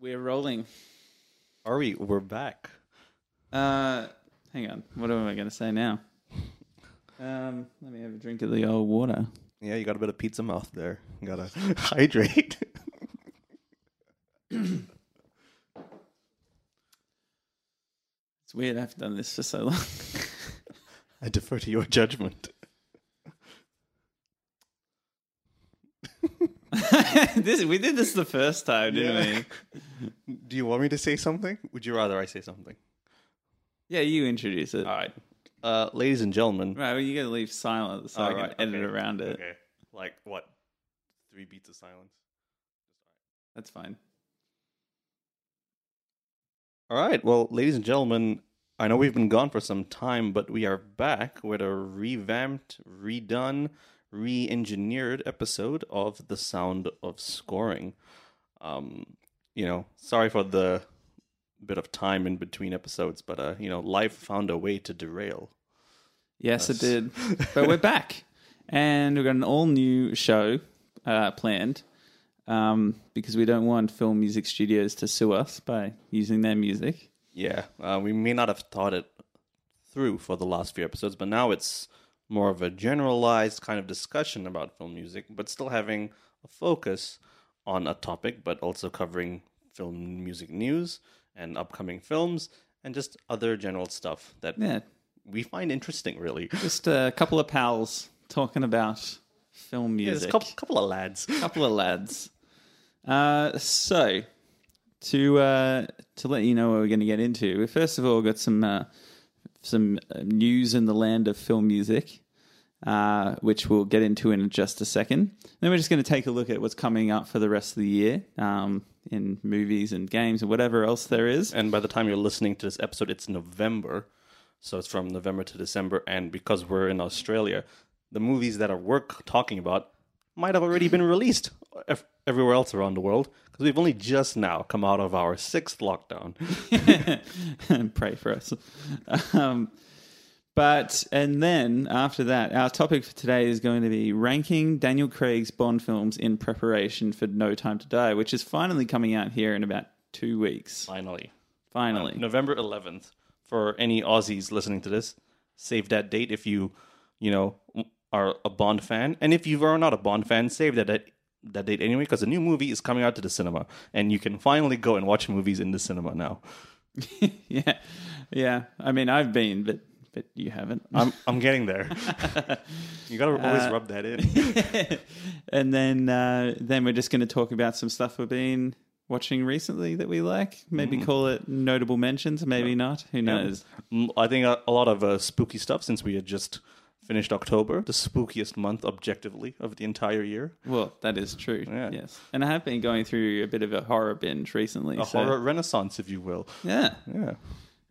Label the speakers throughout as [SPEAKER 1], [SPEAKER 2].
[SPEAKER 1] We're rolling.
[SPEAKER 2] Are we? We're back.
[SPEAKER 1] Uh, hang on. What am I going to say now? Um, let me have a drink of the old water.
[SPEAKER 2] Yeah, you got a bit of pizza mouth there. You gotta hydrate.
[SPEAKER 1] It's weird I've done this for so long.
[SPEAKER 2] I defer to your judgment.
[SPEAKER 1] this we did this the first time, didn't we?
[SPEAKER 2] Do you want me to say something? Would you rather I say something?
[SPEAKER 1] Yeah, you introduce it.
[SPEAKER 2] All right. Uh, ladies and gentlemen.
[SPEAKER 1] Right, well, you got to leave silent so I
[SPEAKER 2] All
[SPEAKER 1] can
[SPEAKER 2] Oh, right,
[SPEAKER 1] edit
[SPEAKER 2] okay.
[SPEAKER 1] around it.
[SPEAKER 2] Okay. Like what? Three beats of silence.
[SPEAKER 1] That's fine.
[SPEAKER 2] All right. Well, ladies and gentlemen, I know we've been gone for some time, but we are back with a revamped, redone, re engineered episode of The Sound of Scoring. Um, you know, sorry for the bit of time in between episodes, but, uh, you know, life found a way to derail.
[SPEAKER 1] Yes, it did. but we're back, and we've got an all new show uh, planned um, because we don't want film music studios to sue us by using their music.
[SPEAKER 2] Yeah, uh, we may not have thought it through for the last few episodes, but now it's more of a generalized kind of discussion about film music, but still having a focus on a topic, but also covering film music news and upcoming films and just other general stuff that
[SPEAKER 1] Yeah,
[SPEAKER 2] we find interesting, really.
[SPEAKER 1] just a couple of pals talking about film
[SPEAKER 2] There's a
[SPEAKER 1] music.
[SPEAKER 2] couple, couple of lads.
[SPEAKER 1] couple of lads. Uh, so to uh, to let you know what we're going to get into, we first of all got some uh, some uh, news in the land of film music, uh, which we'll get into in just a second. Then we're just going to take a look at what's coming up for the rest of the year um, in movies and games and whatever else there is.
[SPEAKER 2] And by the time you're listening to this episode, it's November. So it's from November to December. And because we're in Australia, the movies that are worth talking about might have already been released ev- everywhere else around the world because we've only just now come out of our sixth lockdown.
[SPEAKER 1] and pray for us. Um, but and then after that, our topic for today is going to be ranking Daniel Craig's Bond films in preparation for No Time to Die, which is finally coming out here in about two weeks.
[SPEAKER 2] Finally,
[SPEAKER 1] Finally,
[SPEAKER 2] November 11th. For any Aussies listening to this, save that date if you, you know, are a Bond fan. And if you are not a Bond fan, save that date. That date anyway, because a new movie is coming out to the cinema, and you can finally go and watch movies in the cinema now.
[SPEAKER 1] yeah, yeah. I mean, I've been, but but you haven't.
[SPEAKER 2] I'm I'm getting there. you gotta always rub that in.
[SPEAKER 1] and then uh, then we're just going to talk about some stuff we've been watching recently that we like. Maybe call it notable mentions. Maybe not. Who knows?
[SPEAKER 2] Mm, I think a, a lot of uh, spooky stuff since we had just finished October, the spookiest month objectively of the entire year.
[SPEAKER 1] Well, that is true.
[SPEAKER 2] Yeah.
[SPEAKER 1] Yes, and I have been going through a bit of a horror binge recently.
[SPEAKER 2] A
[SPEAKER 1] so-
[SPEAKER 2] horror renaissance, if you will.
[SPEAKER 1] Yeah.
[SPEAKER 2] Yeah.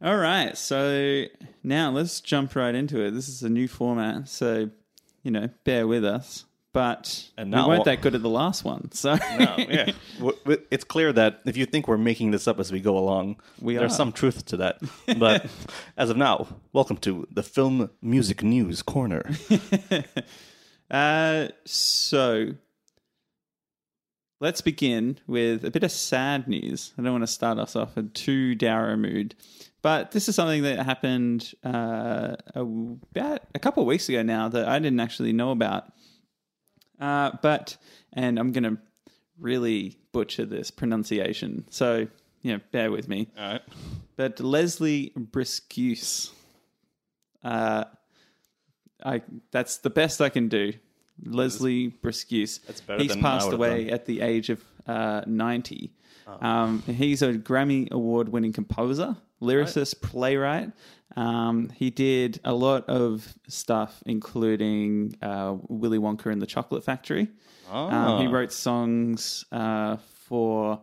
[SPEAKER 1] All right. So now let's jump right into it. This is a new format, so you know, bear with us. But
[SPEAKER 2] And now-
[SPEAKER 1] we weren't that good at the last one, so
[SPEAKER 2] Oh, yeah. W- w- it's clear that if you think we're making this up as we go along,
[SPEAKER 1] We
[SPEAKER 2] there's
[SPEAKER 1] are.
[SPEAKER 2] some truth to that. But as of now, welcome to the film music news corner.
[SPEAKER 1] Uh, so let's begin with a bit of sad news. I don't want to start us off in too dour a mood, but this is something that happened uh, about a couple of weeks ago now that I didn't actually know about. Uh, but and I'm gonna really butcher this pronunciation, so you know, bear with me.
[SPEAKER 2] All right.
[SPEAKER 1] But Leslie Briscuse, uh, I that's the best I can do. Leslie Briscuse.
[SPEAKER 2] That's better
[SPEAKER 1] He's
[SPEAKER 2] than I
[SPEAKER 1] passed
[SPEAKER 2] would've Oh.
[SPEAKER 1] away at the age of uh, ninety. Um, he's a Grammy award-winning composer, lyricist, playwright. Um, he did a lot of stuff, including uh, Willy Wonka and the Chocolate Factory. Um,
[SPEAKER 2] Ah.
[SPEAKER 1] he wrote songs uh, for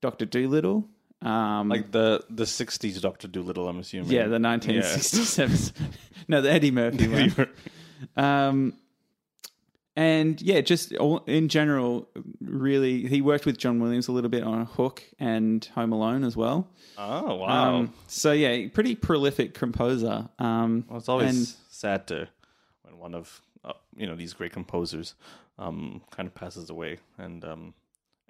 [SPEAKER 1] Doctor Dolittle. Um,
[SPEAKER 2] Like the the '60s Doctor Dolittle, I'm assuming.
[SPEAKER 1] yeah, the 1967. no, the Eddie Murphy one. Um, and yeah, just all, in general, really, he worked with John Williams a little bit on Hook and Home Alone as well.
[SPEAKER 2] Oh wow!
[SPEAKER 1] Um, so yeah, pretty prolific composer. Um,
[SPEAKER 2] Well, it's always
[SPEAKER 1] and-
[SPEAKER 2] sad to when one of uh, you know these great composers um, kind of passes away, and um,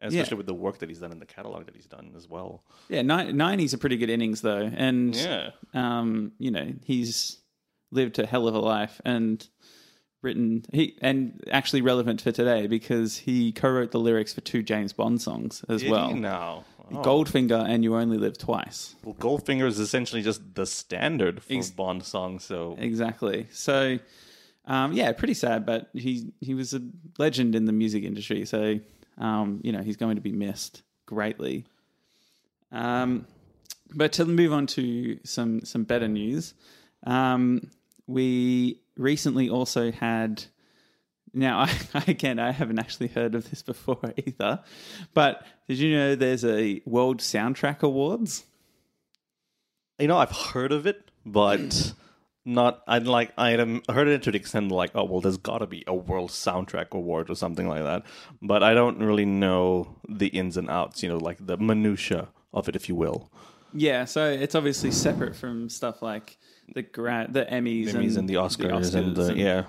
[SPEAKER 2] especially with the work that he's done and the catalog that he's done as well.
[SPEAKER 1] Yeah, ni- 90s are pretty good innings, though. And,
[SPEAKER 2] Yeah,
[SPEAKER 1] um, you know, he's lived a hell of a life and written, he and actually relevant for today because he co wrote the lyrics for two James Bond songs as
[SPEAKER 2] Did
[SPEAKER 1] well
[SPEAKER 2] he now oh.
[SPEAKER 1] Goldfinger and You Only Live Twice.
[SPEAKER 2] Well, Goldfinger is essentially just the standard for
[SPEAKER 1] Ex-
[SPEAKER 2] Bond songs. So
[SPEAKER 1] Exactly. So, um, yeah, pretty sad, but he he was a legend in the music industry. So, um, you know, he's going to be missed greatly. Um, but to move on to some some better news, um, we recently also had. Now, I, again, I haven't actually heard of this before either, but did you know there's a World Soundtrack Awards?
[SPEAKER 2] you know, I've heard of it, but not. I'd like I had heard it to the extent like, oh well, there's got to be a World Soundtrack Award or something like that. But I don't really know the ins and outs. You know, like the minutia of it, if you will.
[SPEAKER 1] Yeah, so it's obviously separate from stuff like the gra- the Emmys,
[SPEAKER 2] Emmys and the Oscars, and the yeah.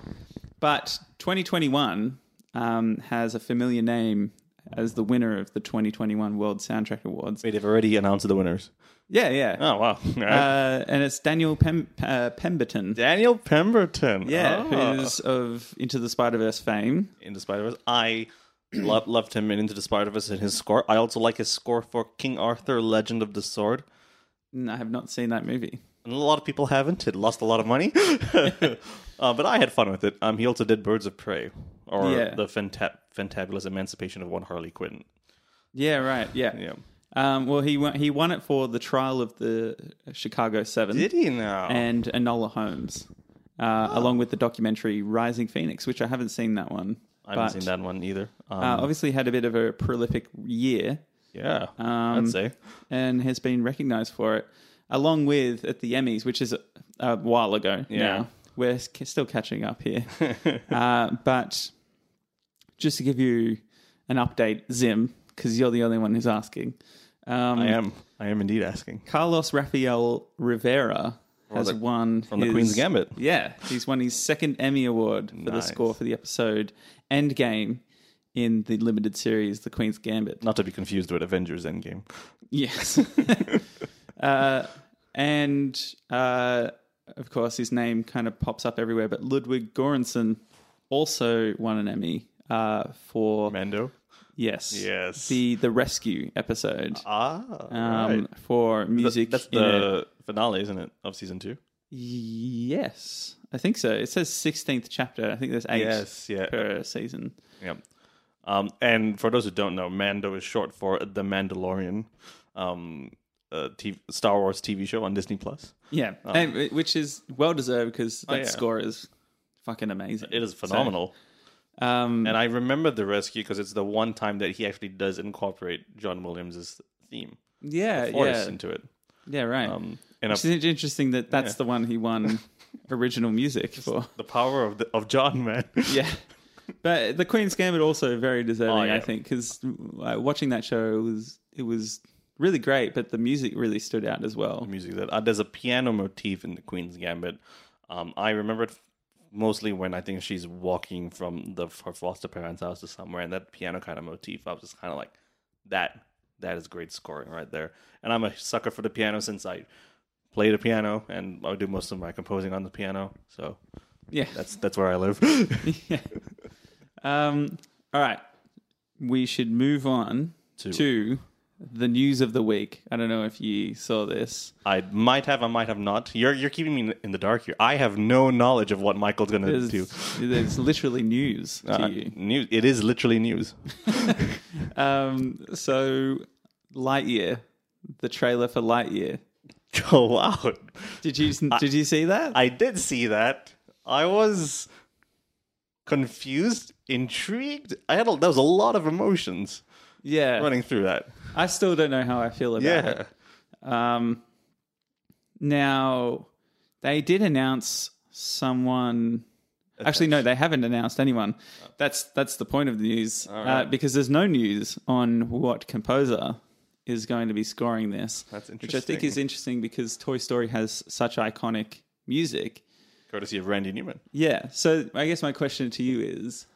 [SPEAKER 1] But 2021 um, has a familiar name as the winner of the 2021 World Soundtrack Awards.
[SPEAKER 2] Wait, they've already announced the winners.
[SPEAKER 1] Yeah, yeah.
[SPEAKER 2] Oh wow!
[SPEAKER 1] Uh, and it's Daniel Pem- uh, Pemberton.
[SPEAKER 2] Daniel Pemberton.
[SPEAKER 1] Yeah,
[SPEAKER 2] Ah.
[SPEAKER 1] who's of Into the Spider Verse fame.
[SPEAKER 2] Into Spider Verse. I love, loved him in Into the Spider Verse and his score. I also like his score for King Arthur: Legend of the Sword.
[SPEAKER 1] And Mm, I have not seen that movie.
[SPEAKER 2] And a lot of people haven't. It lost a lot of money, uh, but I had fun with it. Um, he also did Birds of Prey or
[SPEAKER 1] Yeah.
[SPEAKER 2] the Fanta- Fantabulous Emancipation of One Harley Quinn.
[SPEAKER 1] Yeah, right. Yeah.
[SPEAKER 2] Yeah,
[SPEAKER 1] Um, well, he won, he won it for the trial of the Chicago Seven.
[SPEAKER 2] did he now?
[SPEAKER 1] and Enola Holmes,
[SPEAKER 2] Ah.
[SPEAKER 1] uh, along with the documentary Rising Phoenix, which I haven't seen that one.
[SPEAKER 2] I haven't seen that one either. Um,
[SPEAKER 1] Uh, obviously, had a bit of a prolific year
[SPEAKER 2] yeah,
[SPEAKER 1] um,
[SPEAKER 2] I'd say.
[SPEAKER 1] and has been recognized for it, along with at the Emmys, which is a, a while ago
[SPEAKER 2] Yeah.
[SPEAKER 1] now. We're s- still catching up here. uh, but just to give you an update, Zim, because you're the only one who's asking. Um,
[SPEAKER 2] I am. I am indeed asking.
[SPEAKER 1] Carlos Rafael Rivera has
[SPEAKER 2] the-
[SPEAKER 1] won
[SPEAKER 2] from the Queen's Gambit.
[SPEAKER 1] Yeah, he's won his second Emmy Award for the
[SPEAKER 2] Nice.
[SPEAKER 1] score for the episode Endgame in the limited series The Queen's Gambit.
[SPEAKER 2] Not to be confused with Avengers Endgame.
[SPEAKER 1] Yes. uh, and uh, of course, his name kind of pops up everywhere, but Ludwig Göransson also won an Emmy uh, for
[SPEAKER 2] Mando.
[SPEAKER 1] yes,
[SPEAKER 2] Yes.
[SPEAKER 1] the the rescue episode
[SPEAKER 2] Ah,
[SPEAKER 1] um,
[SPEAKER 2] right.
[SPEAKER 1] for music.
[SPEAKER 2] That's
[SPEAKER 1] in a-
[SPEAKER 2] the finale, isn't it, of season two?
[SPEAKER 1] Yes, I think so. It says sixteenth chapter. I think there's eight
[SPEAKER 2] yeah,
[SPEAKER 1] per season.
[SPEAKER 2] yeah. Um, and for those who don't know, Mando is short for the Mandalorian, um, uh, TV, Star Wars TV show on Disney Plus.
[SPEAKER 1] Yeah, and, which is well deserved because that
[SPEAKER 2] yeah.
[SPEAKER 1] score is fucking amazing.
[SPEAKER 2] It is phenomenal,
[SPEAKER 1] So, um,
[SPEAKER 2] and I remember the rescue because it's the one time that he actually does incorporate John Williams' theme
[SPEAKER 1] yeah,
[SPEAKER 2] force
[SPEAKER 1] yeah,
[SPEAKER 2] into it.
[SPEAKER 1] yeah, right.
[SPEAKER 2] Um, and
[SPEAKER 1] which
[SPEAKER 2] a-
[SPEAKER 1] is interesting that that's
[SPEAKER 2] yeah.
[SPEAKER 1] the one he won original music for.
[SPEAKER 2] the power of the, of John, man.
[SPEAKER 1] Yeah. But the Queen's Gambit also very deserving,
[SPEAKER 2] Oh, yeah.
[SPEAKER 1] I think, because uh, watching that show it was it was really great, but the music really stood out as well.
[SPEAKER 2] music that uh, there's a piano motif in the Queen's Gambit. Um, I remember it mostly when I think she's walking from the her foster parents' house to somewhere, and that piano kind of motif. I was just kind of like, that that is great scoring right there. And I'm a sucker for the piano since I play the piano and I do most of my composing on the piano. So
[SPEAKER 1] Yeah,
[SPEAKER 2] that's that's where I live.
[SPEAKER 1] yeah. Um, all right. We should move on to.
[SPEAKER 2] To-
[SPEAKER 1] the news of the week. I don't know if you saw this.
[SPEAKER 2] I might have, I might have not. You're you're keeping me in- in the dark here. I have no knowledge of what Michael's gonna
[SPEAKER 1] There's,
[SPEAKER 2] do.
[SPEAKER 1] there's literally news to
[SPEAKER 2] Uh,
[SPEAKER 1] you.
[SPEAKER 2] news. It is literally news.
[SPEAKER 1] Um, so, Lightyear, the trailer for Lightyear.
[SPEAKER 2] oh wow!
[SPEAKER 1] Did you did you see that?
[SPEAKER 2] I did see that. I was confused, intrigued. I had a, there was a lot of emotions
[SPEAKER 1] yeah,
[SPEAKER 2] running through that.
[SPEAKER 1] I still don't know how I feel about it.
[SPEAKER 2] Yeah,
[SPEAKER 1] Um, now, they did announce someone. Actually, no, they haven't announced anyone. That's that's the point of the news uh, because there's no news on what composer is going to be scoring this.
[SPEAKER 2] That's
[SPEAKER 1] Which I think is interesting because Toy Story has such iconic music.
[SPEAKER 2] courtesy of Randy Newman.
[SPEAKER 1] Yeah. So I guess my question to you is,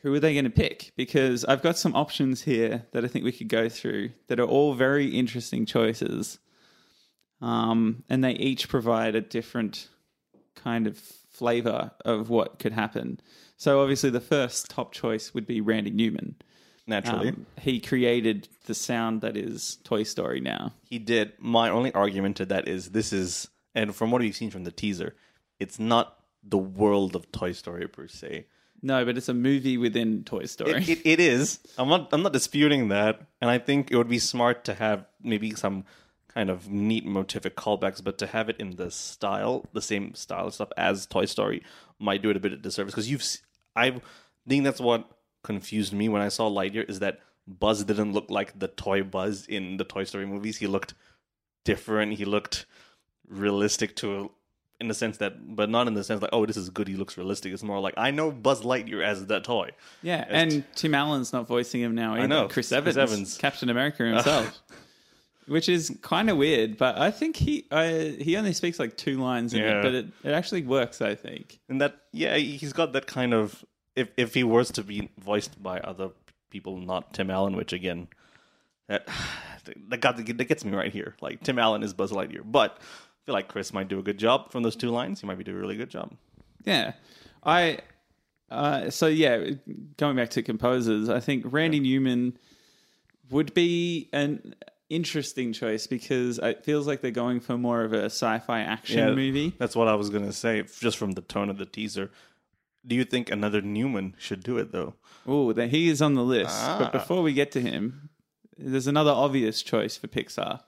[SPEAKER 1] who are they going to pick? Because I've got some options here that I think we could go through that are all very interesting choices. Um, and they each provide a different kind of flavor of what could happen. So, obviously, the first top choice would be Randy Newman.
[SPEAKER 2] Naturally,
[SPEAKER 1] Um, he created the sound that is Toy Story now.
[SPEAKER 2] he did. My only argument to that is this is, and from what we've seen from the teaser, it's not the world of Toy Story per se.
[SPEAKER 1] No, but it's a movie within Toy Story.
[SPEAKER 2] It, it, it is. I'm not. I'm not disputing that, and I think it would be smart to have maybe some kind of neat motivic callbacks, but to have it in the style, the same style of stuff as Toy Story, might do it a bit of disservice because you've. s- I think that's what confused me when I saw Lightyear is that Buzz didn't look like the toy Buzz in the Toy Story movies. He looked different. He looked realistic to in the sense that but not in the sense like oh this is good he looks realistic it's more like i know buzz lightyear as that toy
[SPEAKER 1] yeah, and Tim Allen's not voicing him now either.
[SPEAKER 2] know.
[SPEAKER 1] Chris
[SPEAKER 2] Chris
[SPEAKER 1] Evans,
[SPEAKER 2] Evans.
[SPEAKER 1] Captain America himself. Which is kind of weird, but I think he I, he only speaks like two lines in
[SPEAKER 2] Yeah.
[SPEAKER 1] it, but it, it actually works, I think.
[SPEAKER 2] And that, yeah, he's got that kind of. If if he was to be voiced by other people, not Tim Allen, which again, that that, got, that gets me right here. Like Tim Allen is Buzz Lightyear, but I feel like Chris might do a good job from those two lines. He might be doing a really good job.
[SPEAKER 1] Yeah. I uh, so yeah, going back to composers, I think Randy Newman would be an interesting choice because it feels like they're going for more of a sci-fi action movie.
[SPEAKER 2] That's what I was gonna say, just from the tone of the teaser. Do you think another Newman should do it though?
[SPEAKER 1] Oh, that he is on the list.
[SPEAKER 2] Ah.
[SPEAKER 1] But before we get to him, there's another obvious choice for Pixar,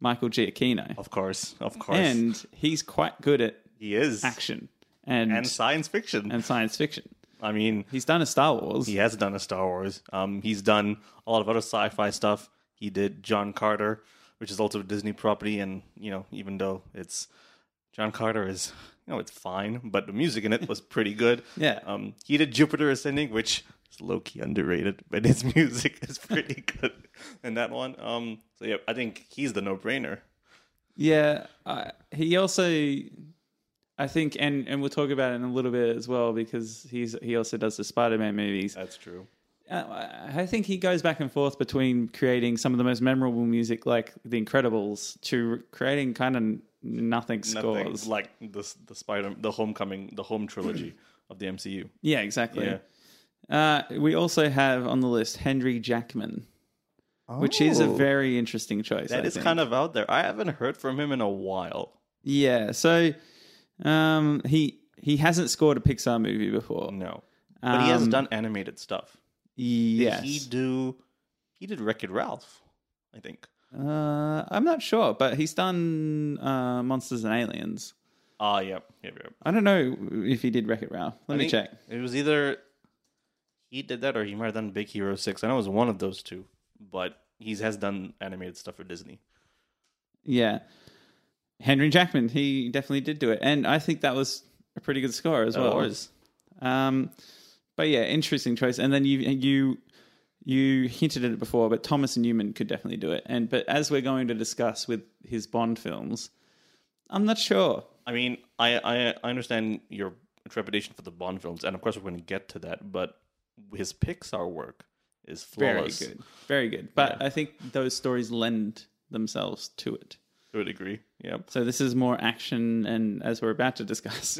[SPEAKER 1] Michael Giacchino,
[SPEAKER 2] Of course, of course,
[SPEAKER 1] and he's quite good at
[SPEAKER 2] he is
[SPEAKER 1] action and
[SPEAKER 2] and
[SPEAKER 1] and,
[SPEAKER 2] science fiction.
[SPEAKER 1] science fiction.
[SPEAKER 2] I mean,
[SPEAKER 1] He's done a Star Wars.
[SPEAKER 2] He has done a Star Wars. Um, he's done a lot of other sci-fi stuff. He did John Carter, which is also a Disney property, and you know, even though it's John Carter is, you know, it's fine, but the music in it was pretty good.
[SPEAKER 1] Yeah.
[SPEAKER 2] Um, he did Jupiter Ascending, which is low key underrated, but his music is pretty good in that one. Um, so yeah, I think he's the no-brainer.
[SPEAKER 1] Yeah, I, he also, I think, and and we'll talk about it in a little bit as well because he's he also does the Spider-Man movies.
[SPEAKER 2] That's true.
[SPEAKER 1] Uh, I think he goes back and forth between creating some of the most memorable music, like The Incredibles, to creating kind of nothing scores.
[SPEAKER 2] Nothing like the the Spider, the Homecoming, the Home trilogy of the MCU.
[SPEAKER 1] Yeah, exactly.
[SPEAKER 2] Yeah.
[SPEAKER 1] Uh, we also have on the list Henry Jackman, which is a very interesting choice.
[SPEAKER 2] Oh. That is kind of out there. I haven't heard from him in a while.
[SPEAKER 1] yeah. So um, he he hasn't scored a Pixar movie before.
[SPEAKER 2] No, Mm. but he has
[SPEAKER 1] Um,
[SPEAKER 2] done animated stuff. Did
[SPEAKER 1] Yes,
[SPEAKER 2] he do. He did Wreck It Ralph, I think.
[SPEAKER 1] uh, I'm not sure, but he's done uh, Monsters and Aliens.
[SPEAKER 2] Ah, yeah, yeah, yeah.
[SPEAKER 1] I don't know if he did Wreck It Ralph. Let
[SPEAKER 2] I
[SPEAKER 1] me
[SPEAKER 2] think
[SPEAKER 1] check.
[SPEAKER 2] It was either he did that or he might have done Big Hero Six. I know it was one of those two, but he has done animated stuff for Disney.
[SPEAKER 1] Yeah, Henry Jackman. He definitely did do it, and I think that was a pretty good score as well.
[SPEAKER 2] was.
[SPEAKER 1] Um, but yeah, interesting choice. And then you you you hinted at it before, but Thomas Newman could definitely do it. And but as we're going to discuss with his Bond films, I'm not sure.
[SPEAKER 2] I mean, I, I I understand your trepidation for the Bond films, and of course we're going to get to that. But his Pixar work is
[SPEAKER 1] Very
[SPEAKER 2] flawless
[SPEAKER 1] good, very good. But I think those stories lend themselves to it.
[SPEAKER 2] to a degree. Yeah.
[SPEAKER 1] So this is more action, and as we're about to discuss,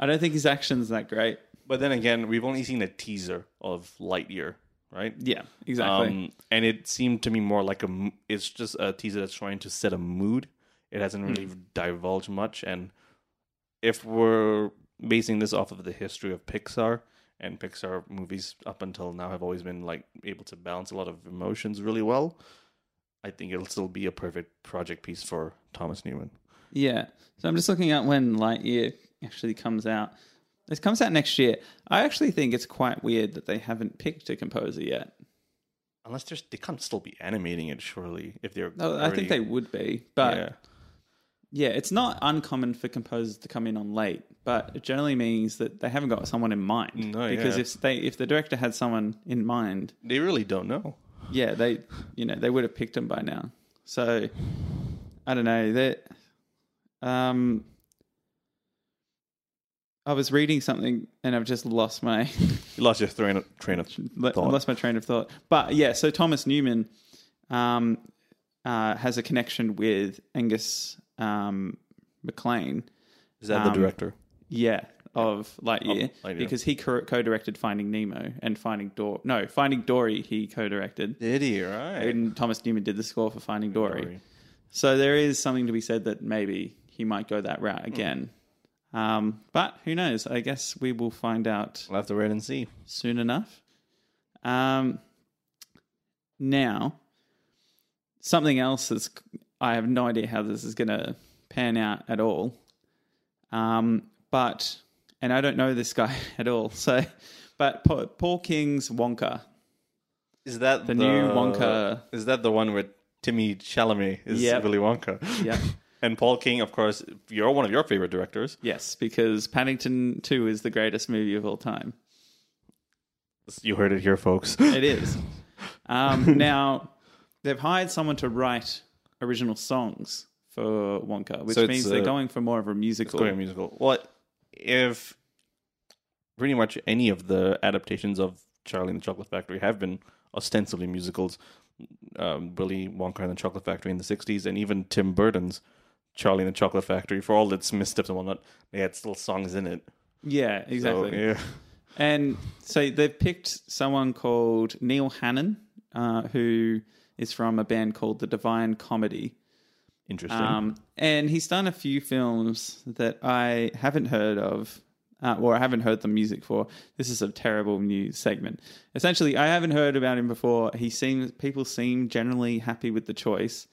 [SPEAKER 1] I don't think his action's that great.
[SPEAKER 2] But then again, we've only seen a teaser of Lightyear, right?
[SPEAKER 1] Yeah, exactly.
[SPEAKER 2] Um, and it seemed to me more like a. m- It's just a teaser that's trying to set a mood. It hasn't really
[SPEAKER 1] Hmm.
[SPEAKER 2] divulged much. And if we're basing this off of the history of Pixar, and Pixar movies up until now have always been like able to balance a lot of emotions really well, I think it'll still be a perfect project piece for Thomas Newman.
[SPEAKER 1] Yeah. So I'm just looking at when Lightyear actually comes out. This comes out next year. I actually think it's quite weird that they haven't picked a composer yet.
[SPEAKER 2] Unless there's, they can't still be animating it surely if they're.
[SPEAKER 1] No, I think they would be, but yeah.
[SPEAKER 2] Yeah.
[SPEAKER 1] it's not uncommon for composers to come in on late, but it generally means that they haven't got someone in mind.
[SPEAKER 2] No,
[SPEAKER 1] because
[SPEAKER 2] yeah.
[SPEAKER 1] if they if the director had someone in mind,
[SPEAKER 2] They really don't know.
[SPEAKER 1] yeah, they you know they would have picked him by now. So I don't know that. Um, I was reading something and I've just lost my
[SPEAKER 2] You lost your train of, train of
[SPEAKER 1] le-
[SPEAKER 2] thought.
[SPEAKER 1] lost my train of thought. But yeah, so Thomas Newman um, uh, has a connection with Angus um, MacLean.
[SPEAKER 2] Is that
[SPEAKER 1] um,
[SPEAKER 2] the director?
[SPEAKER 1] Yeah, of Lightyear,
[SPEAKER 2] Lightyear.
[SPEAKER 1] because he co- co-directed Finding Nemo and Finding Dory. No, Finding Dory he co-directed,
[SPEAKER 2] Did he? Right.
[SPEAKER 1] and Thomas Newman did the score for Finding Dory. So there is something to be said that maybe he might go that route again. Um, but who knows? I guess we will find out
[SPEAKER 2] We'll have to wait and see.
[SPEAKER 1] soon enough. Um, now, something else that's I have no idea how this is going to pan out at all. Um, but and I don't know this guy at all. So, but Pa- Paul King's Wonka.
[SPEAKER 2] Is that the,
[SPEAKER 1] new Wonka-
[SPEAKER 2] Is that the one with Timmy Chalamet is
[SPEAKER 1] Yep.
[SPEAKER 2] Willy Wonka?
[SPEAKER 1] Yep.
[SPEAKER 2] and Paul King, of course, you're one of your favorite directors.
[SPEAKER 1] Yes, because Paddington Two is the greatest movie of all time.
[SPEAKER 2] You heard it here, folks.
[SPEAKER 1] It is. Um, now, they've hired someone to write original songs for Wonka, which
[SPEAKER 2] So it's,
[SPEAKER 1] means they're
[SPEAKER 2] uh,
[SPEAKER 1] going for more of a musical.
[SPEAKER 2] Going musical. What if pretty much any of the adaptations of Charlie and the Chocolate Factory have been ostensibly musicals? Um, Willy Wonka and the Chocolate Factory in the '60s, and even Tim Burton's Charlie and the Chocolate Factory, for all its missteps and whatnot, they had still songs in it.
[SPEAKER 1] Yeah,
[SPEAKER 2] So,
[SPEAKER 1] exactly.
[SPEAKER 2] yeah.
[SPEAKER 1] And so they've picked someone called Neil Hannon, uh, who is from a band called The Divine Comedy.
[SPEAKER 2] Interesting.
[SPEAKER 1] Um, and he's done a few films that I haven't heard of, uh, or I haven't heard the music for. This is a terrible news segment. Essentially, I haven't heard about him before. He seems people seem generally happy with the choice,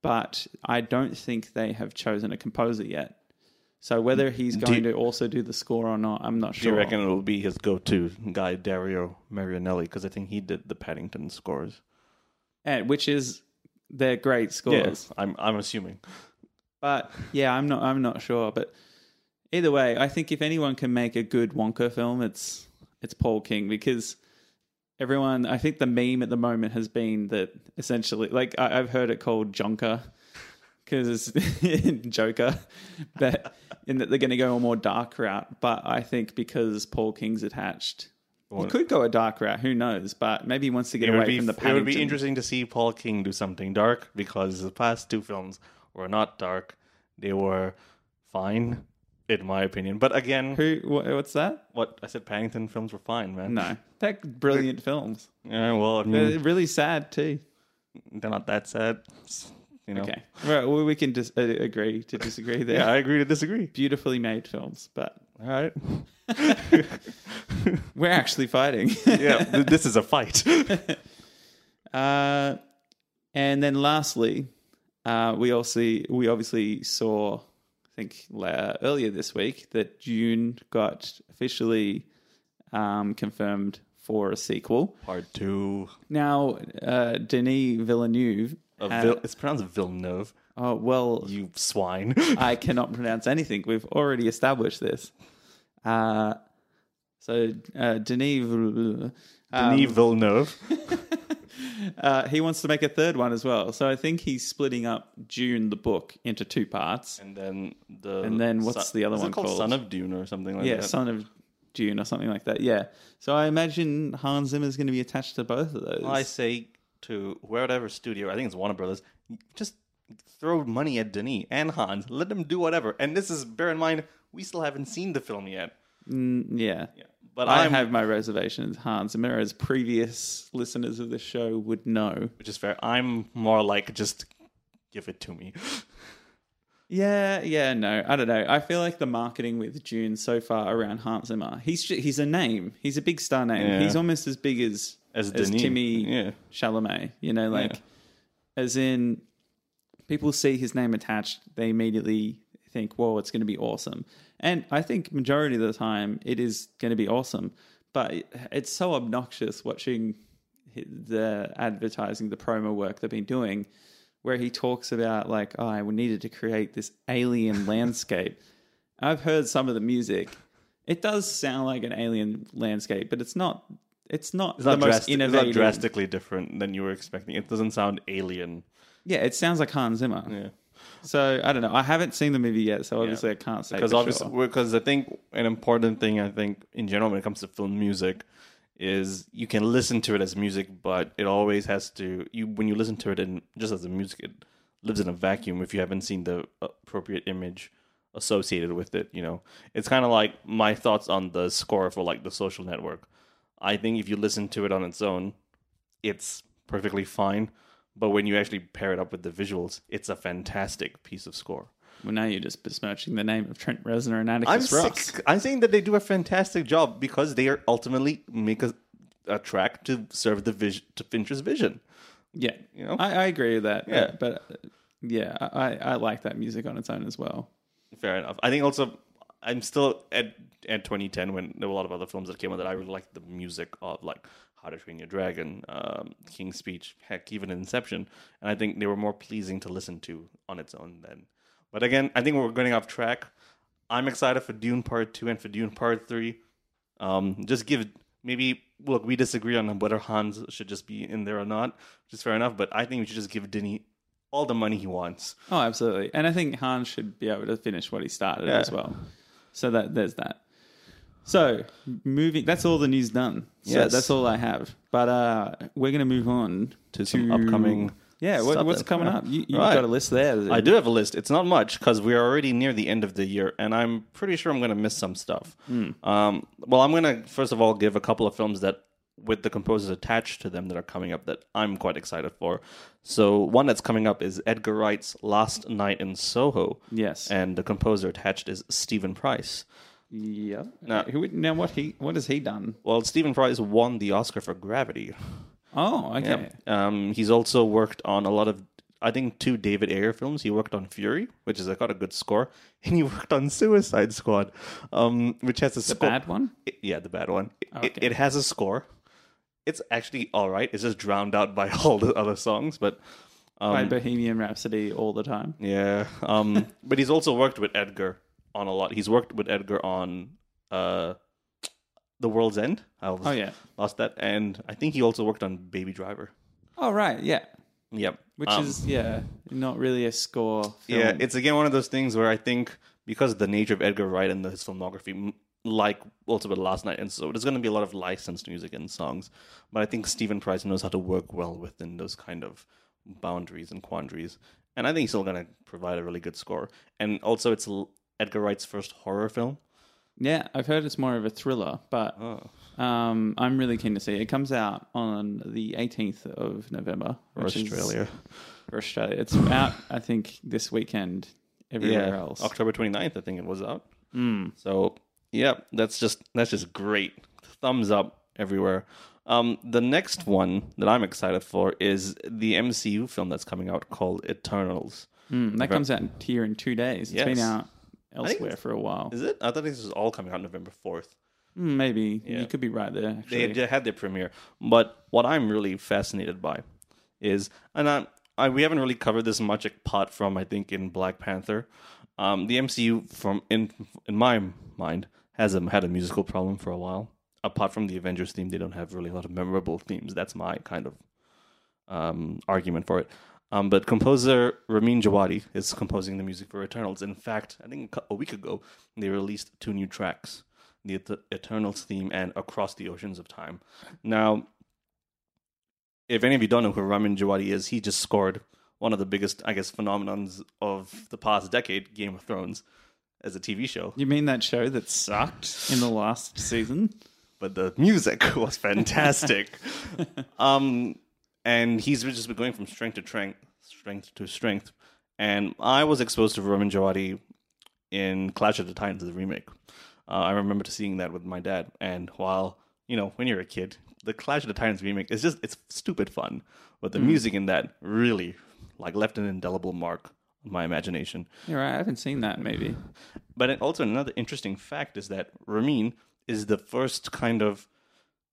[SPEAKER 1] but I don't think they have chosen a composer yet. So whether he's going to also do the score or not, I'm not
[SPEAKER 2] Do
[SPEAKER 1] sure.
[SPEAKER 2] you reckon it'll be his go-to guy, Dario Marianelli? Because I think he did the Paddington scores.
[SPEAKER 1] And, which is they're great scores.
[SPEAKER 2] Yes, I'm I'm assuming.
[SPEAKER 1] But yeah, I'm not. I'm not sure. But either way, I think if anyone can make a good Wonka film, it's it's Paul King because everyone. I think the meme at the moment has been that essentially, like I, I've heard it called Jonker because it's Joker, but in that they're going to go a more dark route. But I think because Paul King's attached. You
[SPEAKER 2] Well-
[SPEAKER 1] could go a dark route, who knows? But maybe he wants to get
[SPEAKER 2] It would,
[SPEAKER 1] away
[SPEAKER 2] be,
[SPEAKER 1] from the
[SPEAKER 2] it would be
[SPEAKER 1] Paddington.
[SPEAKER 2] interesting to see Paul King do something dark because the past two films were not dark. They were fine, in my opinion. But again,
[SPEAKER 1] Who? Wha what's that?
[SPEAKER 2] what I said, Paddington films were fine, man.
[SPEAKER 1] No, they're brilliant films.
[SPEAKER 2] Yeah, well, I mean,
[SPEAKER 1] They're Uh, really sad too.
[SPEAKER 2] they're not that sad. You know.
[SPEAKER 1] Okay. Right. Well, we can dis- uh, agree to disagree there.
[SPEAKER 2] Oh.
[SPEAKER 1] Uh,
[SPEAKER 2] Yeah, I agree to disagree.
[SPEAKER 1] Beautifully made films, but
[SPEAKER 2] All right.
[SPEAKER 1] we're actually fighting.
[SPEAKER 2] Yeah, th- this is a fight.
[SPEAKER 1] uh, and then lastly, uh, we also we obviously saw, I think la- earlier this week that Dune got officially um, confirmed for a sequel.
[SPEAKER 2] Part two.
[SPEAKER 1] Now, uh, Denis Villeneuve.
[SPEAKER 2] Of
[SPEAKER 1] uh,
[SPEAKER 2] Vil- it's pronounced Villeneuve.
[SPEAKER 1] oh well,
[SPEAKER 2] You swine.
[SPEAKER 1] I cannot pronounce anything. We've already established this. Uh, so uh, Denis, Villeneuve, um,
[SPEAKER 2] Denis Villeneuve.
[SPEAKER 1] uh, he wants to make a third one as well. So I think he's splitting up June the book into two parts.
[SPEAKER 2] And then the
[SPEAKER 1] And then what's the other
[SPEAKER 2] is it
[SPEAKER 1] one
[SPEAKER 2] called?
[SPEAKER 1] called?
[SPEAKER 2] Son of Dune or something like
[SPEAKER 1] Yeah,
[SPEAKER 2] that.
[SPEAKER 1] Son of June or something like that. Yeah. So I imagine Hans Zimmer's going to be attached to both of those.
[SPEAKER 2] I say to whatever studio, I think it's Warner Brothers, just throw money at Denis and Hans. Let them do whatever. And this is bear in mind, we still haven't seen the film yet.
[SPEAKER 1] Mm, yeah.
[SPEAKER 2] But
[SPEAKER 1] I
[SPEAKER 2] I'm,
[SPEAKER 1] have my reservations. Hans Zimmer, as previous listeners of the show would know.
[SPEAKER 2] which is fair. I'm more like just give it to me.
[SPEAKER 1] Yeah, yeah, no, I don't know. I feel like the marketing with June so far around Hans Zimmer, he's ju- he's a name. He's a big star name.
[SPEAKER 2] Yeah.
[SPEAKER 1] He's almost as big as
[SPEAKER 2] As Denis.
[SPEAKER 1] Timmy
[SPEAKER 2] Yeah.
[SPEAKER 1] Chalamet. You know, like
[SPEAKER 2] Yeah.
[SPEAKER 1] as in people see his name attached, they immediately think, "Whoa, it's going to be awesome." And I think majority of the time, it is going to be awesome. But it- it's so obnoxious watching the advertising, the promo work they've been doing, where he talks about like, oh, I needed to create this alien landscape. I've heard some of the music. It does sound like an alien landscape, but it's not. It's not
[SPEAKER 2] It's
[SPEAKER 1] the
[SPEAKER 2] not,
[SPEAKER 1] most
[SPEAKER 2] drastic, it's
[SPEAKER 1] innovative.
[SPEAKER 2] not drastically different than you were expecting. It doesn't sound alien.
[SPEAKER 1] Yeah, it sounds like Hans Zimmer.
[SPEAKER 2] Yeah.
[SPEAKER 1] So I don't know. I haven't seen the movie yet, so obviously I can't say
[SPEAKER 2] because
[SPEAKER 1] for
[SPEAKER 2] obviously
[SPEAKER 1] sure.
[SPEAKER 2] because I think an important thing I think in general when it comes to film music is you can listen to it as music, but it always has to you when you listen to it and just as a music it lives in a vacuum if you haven't seen the appropriate image associated with it. You know, it's kind of like my thoughts on the score for like the Social Network. I think if you listen to it on its own, it's perfectly fine. But when you actually pair it up with the visuals, it's a fantastic piece of score.
[SPEAKER 1] Well, now you're just besmirching the name of Trent Reznor and
[SPEAKER 2] I'm
[SPEAKER 1] Atticus Ross.
[SPEAKER 2] sick. I'm saying that they do a fantastic job because they are ultimately make a, a track to serve the vision to Fincher's vision.
[SPEAKER 1] Yeah,
[SPEAKER 2] You know?
[SPEAKER 1] I, I agree with that.
[SPEAKER 2] Yeah.
[SPEAKER 1] but, but, uh, yeah, I, I like that music on its own as well.
[SPEAKER 2] Fair enough. I think also I'm still at at 2010 when there were a lot of other films that came out that I really liked the music of like How to Train Your Dragon, um, King's Speech, heck, even Inception, and I think they were more pleasing to listen to on its own then. But again, I think we're going off track. I'm excited for Dune Part Two and for Dune Part Three. Um, just give maybe look, we disagree on whether Hans should just be in there or not, which is fair enough. But I think we should just give Denny all the money he wants.
[SPEAKER 1] Oh, absolutely. And I think Han should be able to finish what he started
[SPEAKER 2] Yeah.
[SPEAKER 1] as well. So that there's that. So moving, that's all the news done. So
[SPEAKER 2] Yes.
[SPEAKER 1] that's all I have. But uh, we're going to move on
[SPEAKER 2] To some upcoming
[SPEAKER 1] Yeah, what,
[SPEAKER 2] stuff
[SPEAKER 1] what's
[SPEAKER 2] then.
[SPEAKER 1] coming
[SPEAKER 2] Yeah.
[SPEAKER 1] up? You, you've
[SPEAKER 2] Right.
[SPEAKER 1] got a list there.
[SPEAKER 2] I do have a list. It's not much because we're already near the end of the year, and I'm pretty sure I'm going to miss some stuff. Um, well, I'm going to first of all give a couple of films that, with the composers attached to them, that are coming up that I'm quite excited for. So one that's coming up is Edgar Wright's Last Night in Soho.
[SPEAKER 1] Yes.
[SPEAKER 2] and the composer attached is Stephen Price.
[SPEAKER 1] Yeah. Who would- now, what he what has he done?
[SPEAKER 2] Well, Stephen Price won the Oscar for Gravity.
[SPEAKER 1] Oh, okay.
[SPEAKER 2] Yeah. Um, he's also worked on a lot of, I think, two David Ayer films. He worked on Fury, which has got a good score, and he worked on Suicide Squad, um, which has a score.
[SPEAKER 1] Bad one.
[SPEAKER 2] It- yeah, the bad one. It, it,
[SPEAKER 1] Okay.
[SPEAKER 2] it has a score. It's actually all right. It's just drowned out by all the other songs, but
[SPEAKER 1] By Bohemian Rhapsody all the time.
[SPEAKER 2] yeah. Um, but he's also worked with Edgar on a lot. He's worked with Edgar on uh, The World's End. I
[SPEAKER 1] Oh, yeah.
[SPEAKER 2] lost that, and I think he also worked on Baby Driver.
[SPEAKER 1] Oh right, yeah.
[SPEAKER 2] Yep,
[SPEAKER 1] Which
[SPEAKER 2] Um,
[SPEAKER 1] is yeah, not really a score. Film.
[SPEAKER 2] Yeah, it's again one of those things where I think because of the nature of Edgar Wright and his filmography, m- like also with Last Night, and so there's going to be a lot of licensed music and songs. But I think Stephen Price knows how to work well within those kind of boundaries and quandaries, and I think he's still going to provide a really good score. And also, it's l- Edgar Wright's first horror film.
[SPEAKER 1] Yeah, I've heard it's more of a thriller, but
[SPEAKER 2] Oh.
[SPEAKER 1] um, I'm really keen to see it. It comes out on the 18th of November
[SPEAKER 2] For
[SPEAKER 1] which is-
[SPEAKER 2] Australia,
[SPEAKER 1] for Australia, it's out. I think this weekend everywhere else. Hmm.
[SPEAKER 2] October 29th, I think it was out. So yeah, that's just that's just great. Thumbs up everywhere. Um, the next one that I'm excited for is the MCU film that's coming out called Eternals.
[SPEAKER 1] Mm, that comes out here in two days. It's been
[SPEAKER 2] Yes.
[SPEAKER 1] out
[SPEAKER 2] think
[SPEAKER 1] elsewhere for a while.
[SPEAKER 2] Is it? I thought this was all coming out November 4th.
[SPEAKER 1] Mm, Maybe
[SPEAKER 2] Yeah.
[SPEAKER 1] you could be right there.
[SPEAKER 2] They
[SPEAKER 1] Actually,
[SPEAKER 2] had had their premiere, but what I'm really fascinated by is, and I, I we haven't really covered this much apart from I think in Black Panther, um, the MCU from in in my mind has a, had a musical problem for a while. Apart from the Avengers theme, they don't have really a lot of memorable themes. That's my kind of um, argument for it. Um, but composer Ramin Djawadi is composing the music for Eternals. In fact, I think a cou- a week ago they released two new tracks: the Et- Eternals theme and Across the Oceans of Time. Now, if any of you don't know who Ramin Djawadi is, he just scored one of the biggest, I guess, phenomenons of the past decade, Game of Thrones, as a TV show.
[SPEAKER 1] you mean that show that sucked in the last season?
[SPEAKER 2] but the music was fantastic. um, and he's just been going from strength to strength, strength to strength. And I was exposed to Roman Jawadi in Clash of the Titans, the remake. Uh, I remember seeing that with my dad. And while you know, when you're a kid, the Clash of the Titans remake is just it's stupid fun, but the music in that really like left an indelible mark on my imagination.
[SPEAKER 1] You're right. I haven't seen that. Maybe.
[SPEAKER 2] But it- also another interesting fact is that Ramin is the first kind of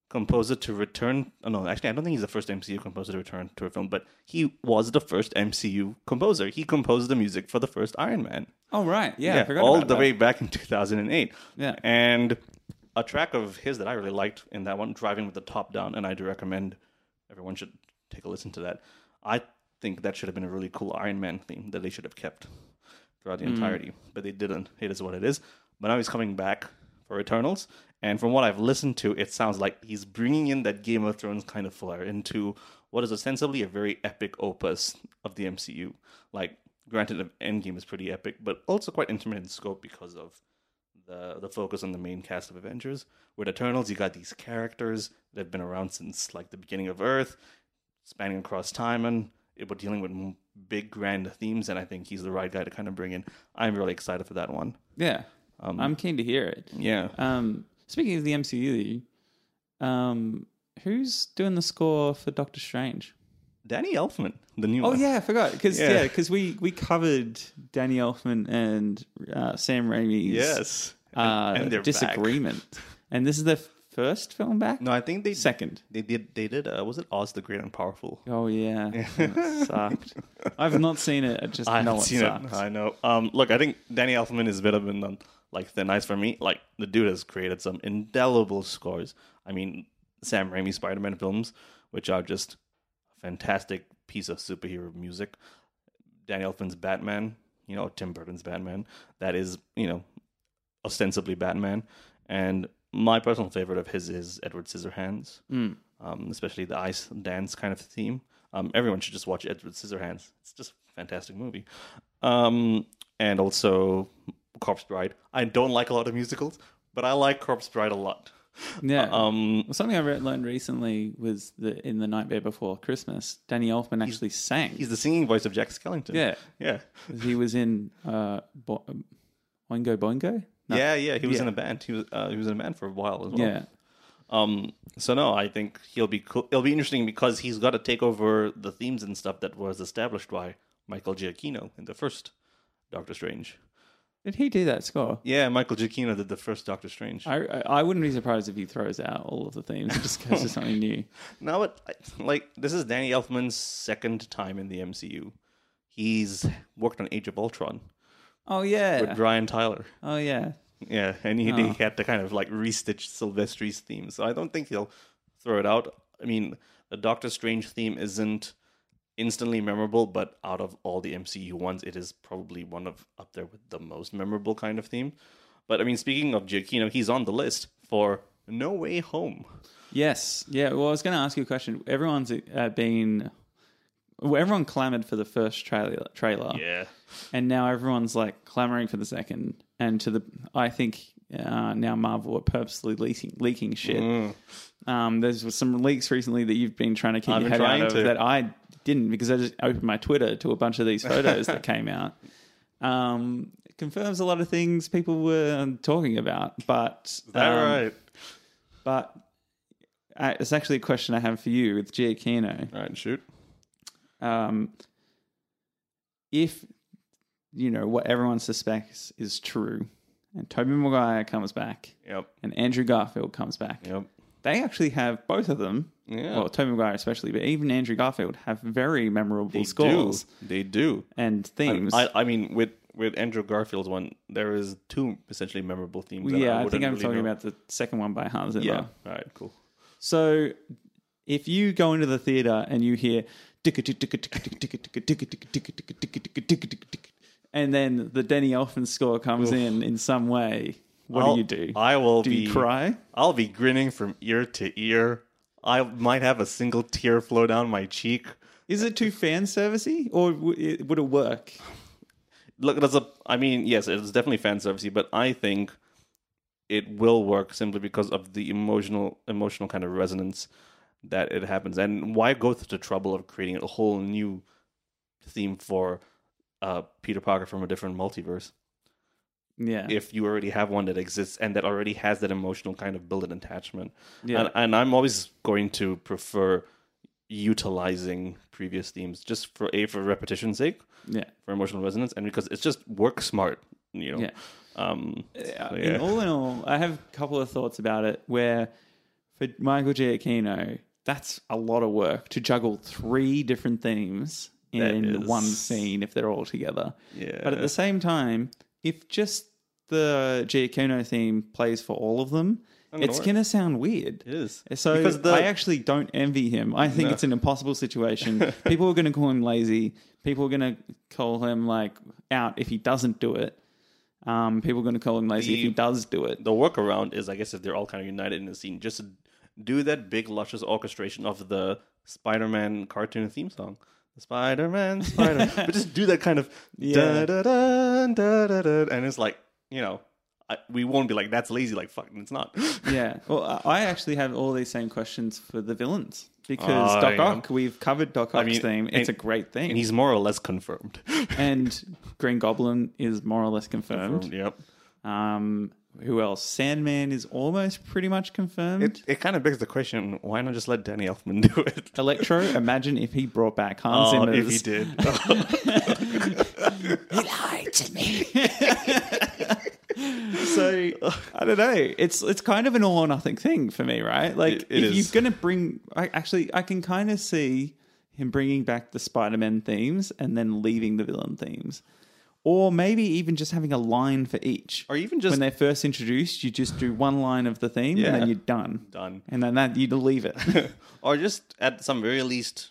[SPEAKER 2] composer to return. Oh no, actually, I don't think he's the first MCU composer to return to a film, but he was the first MCU composer. He composed the music for the first Iron Man.
[SPEAKER 1] Oh right, yeah, I forgot
[SPEAKER 2] all
[SPEAKER 1] about
[SPEAKER 2] the
[SPEAKER 1] that.
[SPEAKER 2] way back in 2008.
[SPEAKER 1] Yeah.
[SPEAKER 2] And a track of his that I really liked in that one, Driving with the Top Down, and I do recommend everyone should take a listen to that. I think that should have been a really cool Iron Man theme that they should have kept throughout the entirety, but they didn't. It is what it is. But now he's coming back for Eternals, and from what I've listened to, it sounds like he's bringing in that Game of Thrones kind of flair into what is ostensibly a very epic opus of the MCU. Like, granted, Endgame is pretty epic, but also quite intimate in scope because of the the focus on the main cast of Avengers. With Eternals, you got these characters that have been around since like the beginning of Earth, spanning across time, and it, we're dealing with m- big grand themes. And I think he's the right guy to kind of bring in. I'm really excited for that one.
[SPEAKER 1] Yeah,
[SPEAKER 2] um,
[SPEAKER 1] I'm keen to hear it.
[SPEAKER 2] Yeah,
[SPEAKER 1] Um, speaking of the MCU, um, who's doing the score for Doctor Strange?
[SPEAKER 2] Danny Elfman, the new
[SPEAKER 1] Oh
[SPEAKER 2] one.
[SPEAKER 1] yeah, I forgot because
[SPEAKER 2] Yeah.
[SPEAKER 1] yeah, because we we covered Danny Elfman and uh, Sam Raimi's
[SPEAKER 2] yes.
[SPEAKER 1] uh,
[SPEAKER 2] And- and they're back.
[SPEAKER 1] disagreement, and this is their first film back.
[SPEAKER 2] No, I think they
[SPEAKER 1] Second.
[SPEAKER 2] They did. They did. Uh, was it Oz the Great and Powerful?
[SPEAKER 1] Oh yeah, That sucked. I've not seen it. I just
[SPEAKER 2] I
[SPEAKER 1] know
[SPEAKER 2] haven't
[SPEAKER 1] it
[SPEAKER 2] seen
[SPEAKER 1] sucked.
[SPEAKER 2] it. I know. Um, look, I think Danny Elfman is a bit of an like thin ice for me. Like the dude has created some indelible scores. I mean, Sam Raimi Spider-Man films, which are just a fantastic piece of superhero music. Danny Elfman's Batman, you know, Tim Burton's Batman. That is, you know, ostensibly Batman. And my personal favorite of his is Edward Scissorhands,
[SPEAKER 1] Mm.
[SPEAKER 2] um, especially the ice dance kind of theme. Um, everyone should just watch Edward Scissorhands. It's just a fantastic movie. Um, and also Corpse Bride. I don't like a lot of musicals, but I like Corpse Bride a lot.
[SPEAKER 1] Yeah.
[SPEAKER 2] Um,
[SPEAKER 1] Well, something I re- learned recently was that in the Nightmare Before Christmas, Danny Elfman actually sang.
[SPEAKER 2] he's the singing voice of Jack Skellington.
[SPEAKER 1] Yeah.
[SPEAKER 2] Yeah.
[SPEAKER 1] He was in uh, Bo- Oingo Boingo. No.
[SPEAKER 2] Yeah, yeah, he was
[SPEAKER 1] Yeah.
[SPEAKER 2] in a band. He was uh, he was in a band for a while as well.
[SPEAKER 1] Yeah.
[SPEAKER 2] Um, so no, I think he'll be cool. It'll be interesting because he's got to take over the themes and stuff that was established by Michael Giacchino in the first Doctor Strange.
[SPEAKER 1] Did he do that score?
[SPEAKER 2] Yeah, Michael Giacchino did the first Doctor Strange.
[SPEAKER 1] I, I I wouldn't be surprised if he throws out all of the themes and just goes to something new.
[SPEAKER 2] Now it like this is Danny Elfman's second time in the MCU. He's worked on Age of Ultron
[SPEAKER 1] Oh
[SPEAKER 2] with
[SPEAKER 1] yeah.
[SPEAKER 2] Brian Tyler.
[SPEAKER 1] Oh yeah.
[SPEAKER 2] Yeah, and he,
[SPEAKER 1] Oh.
[SPEAKER 2] he had to kind of like restitch Sylvester's theme. So I don't think he'll throw it out. I mean, the Doctor Strange theme isn't instantly memorable, but out of all the MCU ones, it is probably one of up there with the most memorable kind of theme. But I mean, speaking of Giacchino, he's on the list for No Way Home.
[SPEAKER 1] Yes. Yeah. Well, I was going to ask you a question. Everyone's uh, been. Well, everyone clamored for the first trailer, trailer,
[SPEAKER 2] Yeah.
[SPEAKER 1] and now everyone's like clamoring for the second. And to the, I think uh, now Marvel are purposely leaking, leaking shit.
[SPEAKER 2] Mm.
[SPEAKER 1] Um, there's some leaks recently that you've been trying to keep
[SPEAKER 2] I've
[SPEAKER 1] your
[SPEAKER 2] been
[SPEAKER 1] head
[SPEAKER 2] trying
[SPEAKER 1] out of
[SPEAKER 2] to.
[SPEAKER 1] that I didn't because I just opened my Twitter to a bunch of these photos that came out. Um, it confirms a lot of things people were talking about, but
[SPEAKER 2] All
[SPEAKER 1] um,
[SPEAKER 2] right.
[SPEAKER 1] but I, it's actually a question I have for you with Giacchino.
[SPEAKER 2] All right, shoot.
[SPEAKER 1] Um, if you know what everyone suspects is true, and Toby Maguire comes back
[SPEAKER 2] Yep.
[SPEAKER 1] and Andrew Garfield comes back,
[SPEAKER 2] Yep.
[SPEAKER 1] they actually have both of them.
[SPEAKER 2] Yeah.
[SPEAKER 1] Well, Toby Maguire especially, but even Andrew Garfield have very memorable scores
[SPEAKER 2] Do. They do.
[SPEAKER 1] and themes.
[SPEAKER 2] I, I mean, with with Andrew Garfield's one, there is two essentially memorable themes. that
[SPEAKER 1] yeah, I,
[SPEAKER 2] wouldn't
[SPEAKER 1] think I'm
[SPEAKER 2] really
[SPEAKER 1] talking
[SPEAKER 2] know.
[SPEAKER 1] about the second one by Hans Zimmer.
[SPEAKER 2] Yeah. All right. Cool.
[SPEAKER 1] So if you go into the theater and you hear and then the Denny Elfman score comes in in some way, what
[SPEAKER 2] I'll-
[SPEAKER 1] do you do?
[SPEAKER 2] I will
[SPEAKER 1] do
[SPEAKER 2] be.
[SPEAKER 1] you cry?
[SPEAKER 2] I'll be grinning from ear to ear. I might have a single tear flow down my cheek.
[SPEAKER 1] Is it too fan servicey or w- it- would it work?
[SPEAKER 2] Look, that's a. I mean, yes, it's definitely fan servicey, but I think it will work simply because of the emotional emotional kind of resonance that it happens. And why go through the trouble of creating a whole new theme for uh, Peter Parker from a different multiverse?
[SPEAKER 1] Yeah.
[SPEAKER 2] if you already have one that exists and that already has that emotional kind of built-in attachment.
[SPEAKER 1] Yeah.
[SPEAKER 2] And, and I'm always going to prefer utilizing previous themes just for a for repetition's sake,
[SPEAKER 1] yeah.
[SPEAKER 2] for emotional resonance, and because it's just work smart, you know.
[SPEAKER 1] Yeah.
[SPEAKER 2] Um, so
[SPEAKER 1] In
[SPEAKER 2] yeah.
[SPEAKER 1] all in all, I have a couple of thoughts about it where for Michael Giacchino, that's a lot of work to juggle three different themes in
[SPEAKER 2] is-
[SPEAKER 1] one scene if they're all together.
[SPEAKER 2] Yeah.
[SPEAKER 1] But at the same time, if just the Giacchino theme plays for all of them,
[SPEAKER 2] gonna
[SPEAKER 1] it's
[SPEAKER 2] work.
[SPEAKER 1] going to sound weird.
[SPEAKER 2] It is.
[SPEAKER 1] So
[SPEAKER 2] Because the-
[SPEAKER 1] I actually don't envy him. I think
[SPEAKER 2] No.
[SPEAKER 1] it's an impossible situation. People are going to call him lazy. People are going to call him like out if he doesn't do it. Um, people are going to call him lazy if
[SPEAKER 2] The-
[SPEAKER 1] he does do it.
[SPEAKER 2] the workaround is, I guess, if they're all kind of united in a scene, just do that big luscious orchestration of the Spider-Man cartoon theme song. Spider-Man, Spider-Man. but just do that kind of
[SPEAKER 1] Yeah.
[SPEAKER 2] da, da, da, da, da, da, and it's like, you know, I, we won't be like, that's lazy, like, fuck, it's not.
[SPEAKER 1] yeah. Well, I- I actually have all these same questions for the villains because
[SPEAKER 2] Oh,
[SPEAKER 1] Doc
[SPEAKER 2] yeah.
[SPEAKER 1] Ock. We've covered Doc Ock's
[SPEAKER 2] mean,
[SPEAKER 1] theme. It's
[SPEAKER 2] and-
[SPEAKER 1] a great thing.
[SPEAKER 2] and
[SPEAKER 1] And,
[SPEAKER 2] he's more or less confirmed.
[SPEAKER 1] Green Goblin is more or less confirmed.
[SPEAKER 2] yep.
[SPEAKER 1] Um, who else? Sandman is almost pretty much confirmed.
[SPEAKER 2] It, it kind of begs the question, why not just let Danny Elfman do it?
[SPEAKER 1] Electro. Imagine if he brought back Hans
[SPEAKER 2] Oh,
[SPEAKER 1] Zimmer's.
[SPEAKER 2] if he did.
[SPEAKER 1] He lied to me. so I don't know. It's it's kind of an all or nothing thing for me, right? Like
[SPEAKER 2] It- it
[SPEAKER 1] if
[SPEAKER 2] is.
[SPEAKER 1] you're gonna bring, I actually I can kind of see him bringing back the Spider-Man themes and then leaving the villain themes. Or maybe even just having a line for each.
[SPEAKER 2] Or even just-
[SPEAKER 1] when they're first introduced, you just do one line of the theme and
[SPEAKER 2] Yeah.
[SPEAKER 1] then you're done.
[SPEAKER 2] Done.
[SPEAKER 1] And then that you leave it.
[SPEAKER 2] or just at some very least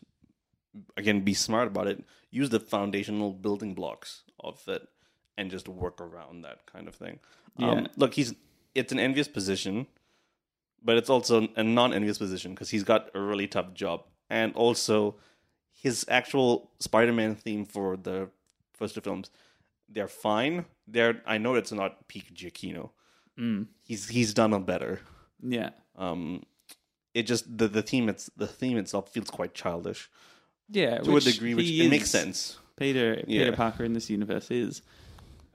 [SPEAKER 2] again be smart about it use the foundational building blocks of it and just work around that kind of thing
[SPEAKER 1] Yeah.
[SPEAKER 2] um, look he's it's an envious position but it's also a non-envious position because he's got a really tough job and also his actual spider-man theme for the first two films they're fine they're i know it's not peak giacchino he's he's done a better
[SPEAKER 1] yeah.
[SPEAKER 2] um it just the, the theme it's the theme itself feels quite childish
[SPEAKER 1] Yeah.
[SPEAKER 2] to a degree which it makes sense
[SPEAKER 1] Peter
[SPEAKER 2] Yeah.
[SPEAKER 1] Peter Parker in this universe is.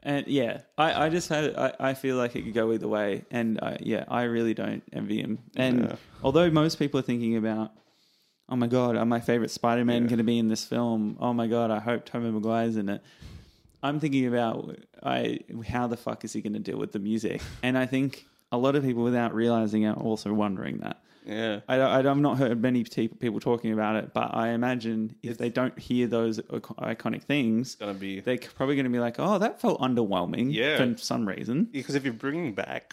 [SPEAKER 1] And yeah, I, I just had I, I feel like it could go either way, and I, yeah, I really don't envy him. And
[SPEAKER 2] Yeah.
[SPEAKER 1] although most people are thinking about, oh my god, are my favorite Spider Man going to be in this film? Oh my god, I hope Tobey Maguire's in it. I'm thinking about I how the fuck is he going to deal with the music? And I think a lot of people, without realizing it, are also wondering that.
[SPEAKER 2] yeah
[SPEAKER 1] I, I, have not heard many te- people talking about it, but I imagine if they don't hear those ic- iconic things,
[SPEAKER 2] gonna be
[SPEAKER 1] they're probably going to be like, "Oh, that felt underwhelming."
[SPEAKER 2] Yeah.
[SPEAKER 1] for some reason.
[SPEAKER 2] because if you're bringing back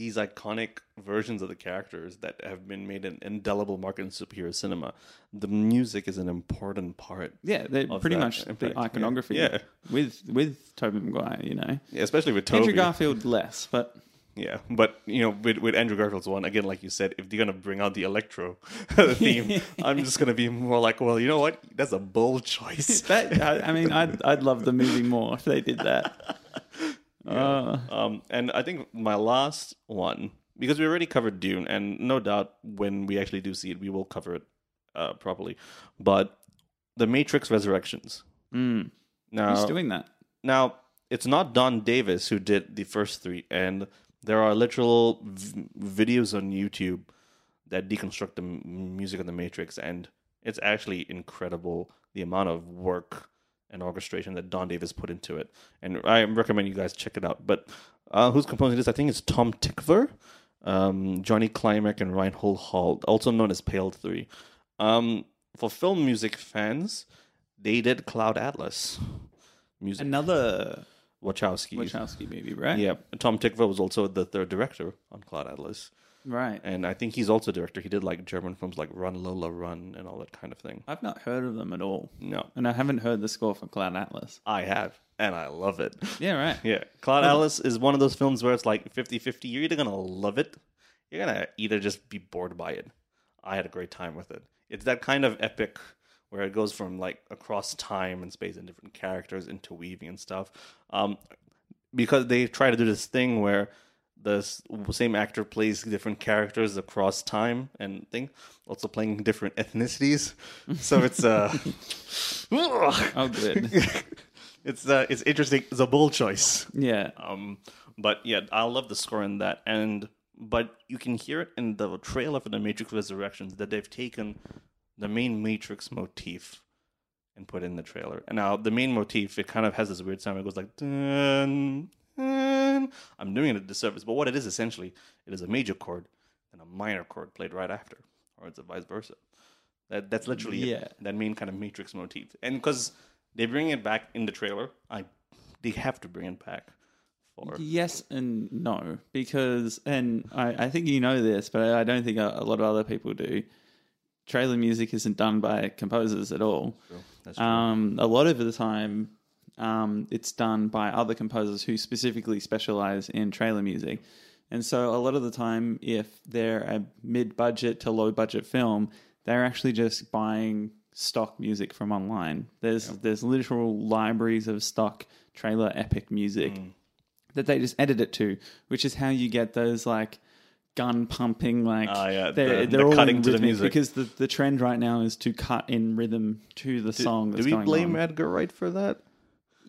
[SPEAKER 2] these iconic versions of the characters that have been made an indelible mark in superhero cinema the music is an important part
[SPEAKER 1] Yeah, they're
[SPEAKER 2] Of
[SPEAKER 1] pretty
[SPEAKER 2] that,
[SPEAKER 1] much
[SPEAKER 2] in fact,
[SPEAKER 1] the
[SPEAKER 2] yeah.
[SPEAKER 1] iconography.
[SPEAKER 2] Yeah.
[SPEAKER 1] with with Tobey Maguire, you know,
[SPEAKER 2] yeah, especially with
[SPEAKER 1] Andrew
[SPEAKER 2] Toby.
[SPEAKER 1] Garfield less, but
[SPEAKER 2] yeah but you know with, with andrew garfield's one again like you said if they're gonna bring out the electro theme i'm just gonna be more like well you know what that's a bold choice
[SPEAKER 1] that I, I mean, I'd I'd love the movie more if they did that. Uh,
[SPEAKER 2] Um, and I think my last one, because we already covered Dune, and no doubt when we actually do see it, we will cover it uh, properly. But The Matrix Resurrections.
[SPEAKER 1] mm, who's
[SPEAKER 2] Now,
[SPEAKER 1] doing that?
[SPEAKER 2] now it's not Don Davis who did the first three, and there are literal v- videos on YouTube that deconstruct the m- music of The Matrix, and it's actually incredible the amount of work and orchestration that Don Davis put into it. And I recommend you guys check it out. But uh, who's composing this? I think it's Tom Tickver, um, Johnny Klimek, and Reinhold Hall, also known as Pale Three. Um, for film music fans, they did Cloud Atlas music.
[SPEAKER 1] Another
[SPEAKER 2] Wachowski.
[SPEAKER 1] Wachowski movie, right?
[SPEAKER 2] Yeah, Tom Tickver was also the third director on Cloud Atlas,
[SPEAKER 1] right.
[SPEAKER 2] and I think he's also a director. He did like German films like Run Lola Run and all that kind of thing.
[SPEAKER 1] I've not heard of them at all,
[SPEAKER 2] No,
[SPEAKER 1] and I haven't heard the score for Cloud Atlas.
[SPEAKER 2] I have, and I love it.
[SPEAKER 1] Yeah, right.
[SPEAKER 2] Yeah, Cloud Atlas is one of those films where it's like 50-50. You're either gonna love it, you're gonna either just be bored by it. I had a great time with it. It's that kind of epic where it goes from like across time and space and different characters interweaving and stuff. Um, because they try to do this thing where the s- same actor plays different characters across time and thing, also playing different ethnicities. So it's uh,
[SPEAKER 1] Oh, good.
[SPEAKER 2] it's uh, it's interesting. It's a bold choice.
[SPEAKER 1] Yeah.
[SPEAKER 2] Um, but yeah, I love the score in that, and but you can hear it in the trailer for the Matrix Resurrections that they've taken the main Matrix motif and put it in the trailer. And now the main motif, it kind of has this weird sound. It goes like dun, dun. I'm doing it a disservice, but what it is essentially, it is a major chord and a minor chord played right after, or it's a vice versa. That that's literally it.
[SPEAKER 1] Yeah.
[SPEAKER 2] that main kind of Matrix motif. And because they bring it back in the trailer, I they have to bring it back for?
[SPEAKER 1] Yes and no, because and I, I think you know this, but I don't think a, a lot of other people do. Trailer music isn't done by composers at all.
[SPEAKER 2] That's true.
[SPEAKER 1] Um, a lot of the time, um, it's done by other composers who specifically specialize in trailer music. And so, a lot of the time, if they're a mid budget to low budget film, they're actually just buying stock music from online. There's, there's literal libraries of stock trailer epic music
[SPEAKER 2] Mm.
[SPEAKER 1] that they just edit it to, which is how you get those like gun pumping, like
[SPEAKER 2] Ah, yeah,
[SPEAKER 1] they're, they're
[SPEAKER 2] the- the
[SPEAKER 1] all
[SPEAKER 2] cutting
[SPEAKER 1] in
[SPEAKER 2] to the
[SPEAKER 1] rhythmic-
[SPEAKER 2] music.
[SPEAKER 1] Because the, the trend right now is to cut in rhythm to the song.
[SPEAKER 2] Do
[SPEAKER 1] that's
[SPEAKER 2] we
[SPEAKER 1] going
[SPEAKER 2] blame
[SPEAKER 1] on.
[SPEAKER 2] Edgar Wright for that?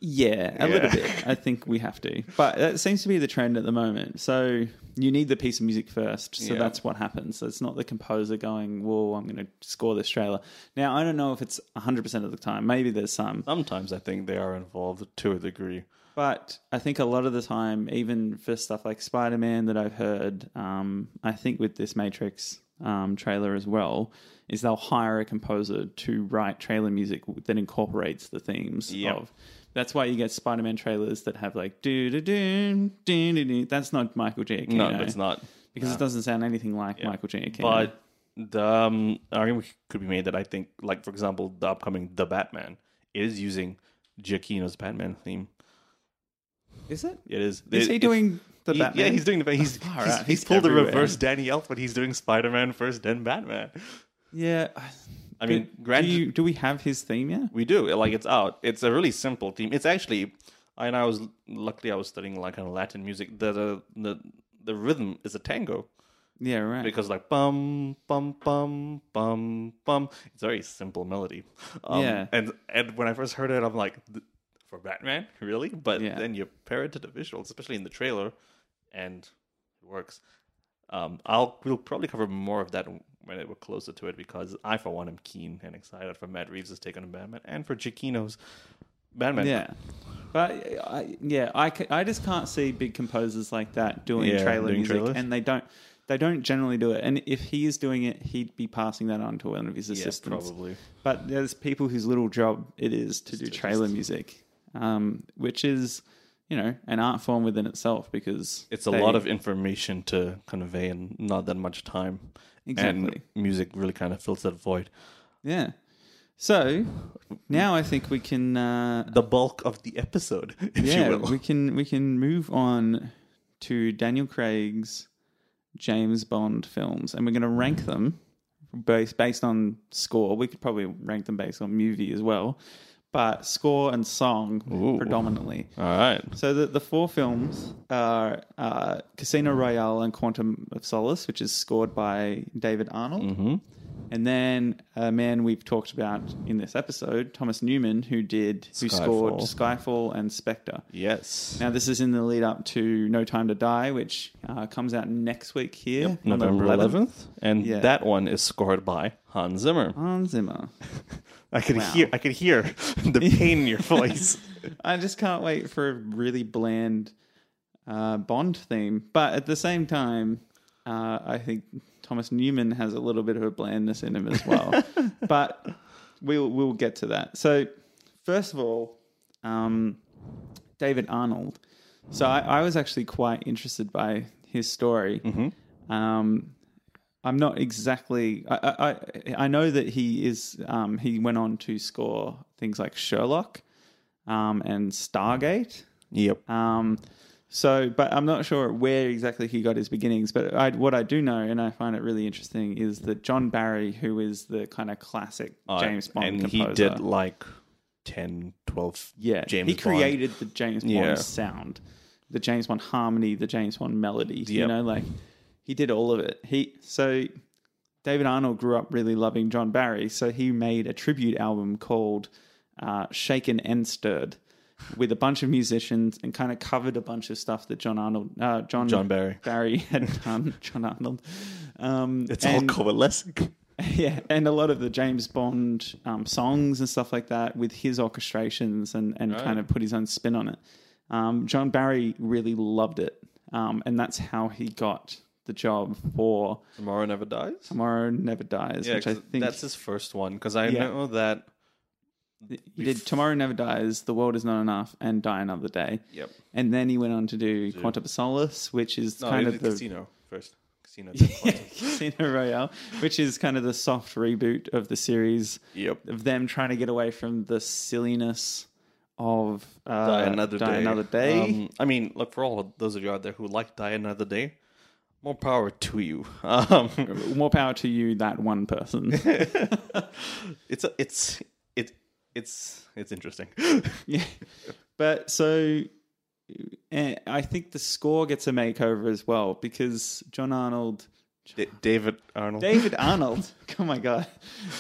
[SPEAKER 1] Yeah, a
[SPEAKER 2] Yeah.
[SPEAKER 1] little bit. I think we have to, but that seems to be the trend at the moment. So you need the piece of music first. So
[SPEAKER 2] Yeah.
[SPEAKER 1] that's what happens. So it's not the composer going, "Whoa, I'm going to score this trailer." Now I don't know if it's 100 percent of the time. Maybe there's some,
[SPEAKER 2] Sometimes I think they are involved to a degree.
[SPEAKER 1] but I think a lot of the time, even for stuff like Spider Man that I've heard, um, I think with this Matrix um, trailer as well, is they'll hire a composer to write trailer music that incorporates the themes
[SPEAKER 2] Yep.
[SPEAKER 1] of. That's why you get Spider Man trailers that have like do do do do do do. That's not Michael Giacchino.
[SPEAKER 2] No, it's not.
[SPEAKER 1] because it doesn't sound anything like Michael Giacchino.
[SPEAKER 2] But the um, argument could be made that I think, like for example, the upcoming The Batman is using Giacchino's Batman theme.
[SPEAKER 1] is it?
[SPEAKER 2] It is.
[SPEAKER 1] Is
[SPEAKER 2] it-
[SPEAKER 1] he
[SPEAKER 2] it's-
[SPEAKER 1] doing the
[SPEAKER 2] he-
[SPEAKER 1] Batman?
[SPEAKER 2] Yeah, he's doing the. He's he's,
[SPEAKER 1] Far out.
[SPEAKER 2] he's,
[SPEAKER 1] He's
[SPEAKER 2] pulled
[SPEAKER 1] everywhere.
[SPEAKER 2] a reverse Danny Elfman. He's doing Spider Man first, then Batman.
[SPEAKER 1] yeah.
[SPEAKER 2] I mean,
[SPEAKER 1] But
[SPEAKER 2] granted,
[SPEAKER 1] do, you, do we have his theme yet?
[SPEAKER 2] we do. Like it's out. It's a really simple theme. It's actually, and I was luckily I was studying like kind of Latin music. The the the, the rhythm is a tango.
[SPEAKER 1] Yeah, right.
[SPEAKER 2] because like bum bum bum bum bum it's a very simple melody um,
[SPEAKER 1] Yeah.
[SPEAKER 2] and and when i first heard it i'm like "Th- for batman really but
[SPEAKER 1] Yeah.
[SPEAKER 2] then you pair it to the visuals especially in the trailer and it works um i'll we'll probably cover more of that when we're closer to it because i for one am keen and excited for matt reeves' take on batman and for Giacchino's batman
[SPEAKER 1] Yeah. But uh, I, yeah, I, ca- I just can't see big composers like that doing
[SPEAKER 2] Yeah,
[SPEAKER 1] trailer
[SPEAKER 2] doing
[SPEAKER 1] music,
[SPEAKER 2] trailers.
[SPEAKER 1] and they don't they don't generally do it. And if he is doing it, he'd be passing that on to one of his
[SPEAKER 2] Yeah,
[SPEAKER 1] assistants.
[SPEAKER 2] probably
[SPEAKER 1] But there's people whose little job it is to do
[SPEAKER 2] to
[SPEAKER 1] trailer music, um, which is you know an art form within itself because
[SPEAKER 2] it's a
[SPEAKER 1] they-
[SPEAKER 2] lot of information to convey and not that much time.
[SPEAKER 1] Exactly.
[SPEAKER 2] And music really kind of fills that void.
[SPEAKER 1] yeah. So
[SPEAKER 2] Mm-hmm.
[SPEAKER 1] now I think we can uh,
[SPEAKER 2] The bulk of the episode, if
[SPEAKER 1] yeah
[SPEAKER 2] you will.
[SPEAKER 1] we can we can move on to Daniel Craig's James Bond films, and we're going to
[SPEAKER 2] Mm.
[SPEAKER 1] rank them based based on score. We could probably rank them based on movie as well, but score and song
[SPEAKER 2] Ooh.
[SPEAKER 1] predominantly.
[SPEAKER 2] All right.
[SPEAKER 1] So the, the four films are uh, Casino Royale and Quantum of Solace, which is scored by David Arnold,
[SPEAKER 2] Mm-hmm.
[SPEAKER 1] and then a man we've talked about in this episode, Thomas Newman, who did who scored Skyfall and Spectre.
[SPEAKER 2] Yes.
[SPEAKER 1] Now, this is in the lead up to No Time to Die, which uh, comes out next week here. on the
[SPEAKER 2] November 11th. And
[SPEAKER 1] Yeah.
[SPEAKER 2] that one is scored by Hans Zimmer.
[SPEAKER 1] Hans Zimmer.
[SPEAKER 2] I could
[SPEAKER 1] Wow.
[SPEAKER 2] hear I could hear the pain in your voice.
[SPEAKER 1] I just can't wait for a really bland uh, Bond theme. But at the same time, uh, I think Thomas Newman has a little bit of a blandness in him as well. but we'll, we'll get to that. So, first of all, um, David Arnold. So, I, I was actually quite interested by his story. Um, I'm not exactly. I, I I- I know that he is. Um, he went on to score things like Sherlock, um, and Stargate.
[SPEAKER 2] yep.
[SPEAKER 1] Um, so, but I'm not sure where exactly he got his beginnings. But I, what I do know, and I find it really interesting, is that John Barry, who is the kind of classic Uh, James Bond
[SPEAKER 2] And
[SPEAKER 1] composer,
[SPEAKER 2] he did like 10, 12
[SPEAKER 1] yeah,
[SPEAKER 2] James
[SPEAKER 1] he
[SPEAKER 2] Bond.
[SPEAKER 1] created the James Bond
[SPEAKER 2] Yeah.
[SPEAKER 1] sound, the James Bond harmony, the James Bond melody. You
[SPEAKER 2] Yep.
[SPEAKER 1] know, like he did all of it. He so David Arnold grew up really loving John Barry, so he made a tribute album called uh, "Shaken and Stirred" with a bunch of musicians and kind of covered a bunch of stuff that John Arnold, uh, John
[SPEAKER 2] John Barry.
[SPEAKER 1] Barry had done. John Arnold. Um,
[SPEAKER 2] It's
[SPEAKER 1] and-
[SPEAKER 2] all coalescing.
[SPEAKER 1] yeah, and a lot of the James Bond um, songs and stuff like that with his orchestrations and, and kind of put his own spin on it. Um, John Barry really loved it, um, and that's how he got the job for
[SPEAKER 2] Tomorrow never dies.
[SPEAKER 1] Tomorrow Never Dies,
[SPEAKER 2] Yeah,
[SPEAKER 1] which I
[SPEAKER 2] 'cause
[SPEAKER 1] think
[SPEAKER 2] that's his first one because I
[SPEAKER 1] Yeah.
[SPEAKER 2] know that
[SPEAKER 1] He did Tomorrow Never Dies, The World Is Not Enough, and Die Another Day.
[SPEAKER 2] Yep.
[SPEAKER 1] And then he went on to do Quantum of Solace, which is
[SPEAKER 2] No,
[SPEAKER 1] kind
[SPEAKER 2] he
[SPEAKER 1] of
[SPEAKER 2] did
[SPEAKER 1] the
[SPEAKER 2] Casino first. Casino. then Quantum.
[SPEAKER 1] Casino Royale, which is kind of the soft reboot of the series
[SPEAKER 2] yep.
[SPEAKER 1] of them trying to get away from the silliness of uh,
[SPEAKER 2] Die another
[SPEAKER 1] Die
[SPEAKER 2] day.
[SPEAKER 1] Another Day.
[SPEAKER 2] Um, I mean, look for all of those of you out there who like Die Another Day. More power to you. Um,
[SPEAKER 1] More power to you, that one person.
[SPEAKER 2] it's a, it's it it's it's interesting.
[SPEAKER 1] Yeah. But so eh, I think the score gets a makeover as well because John Arnold,
[SPEAKER 2] D- David Arnold.
[SPEAKER 1] David Arnold, oh my God,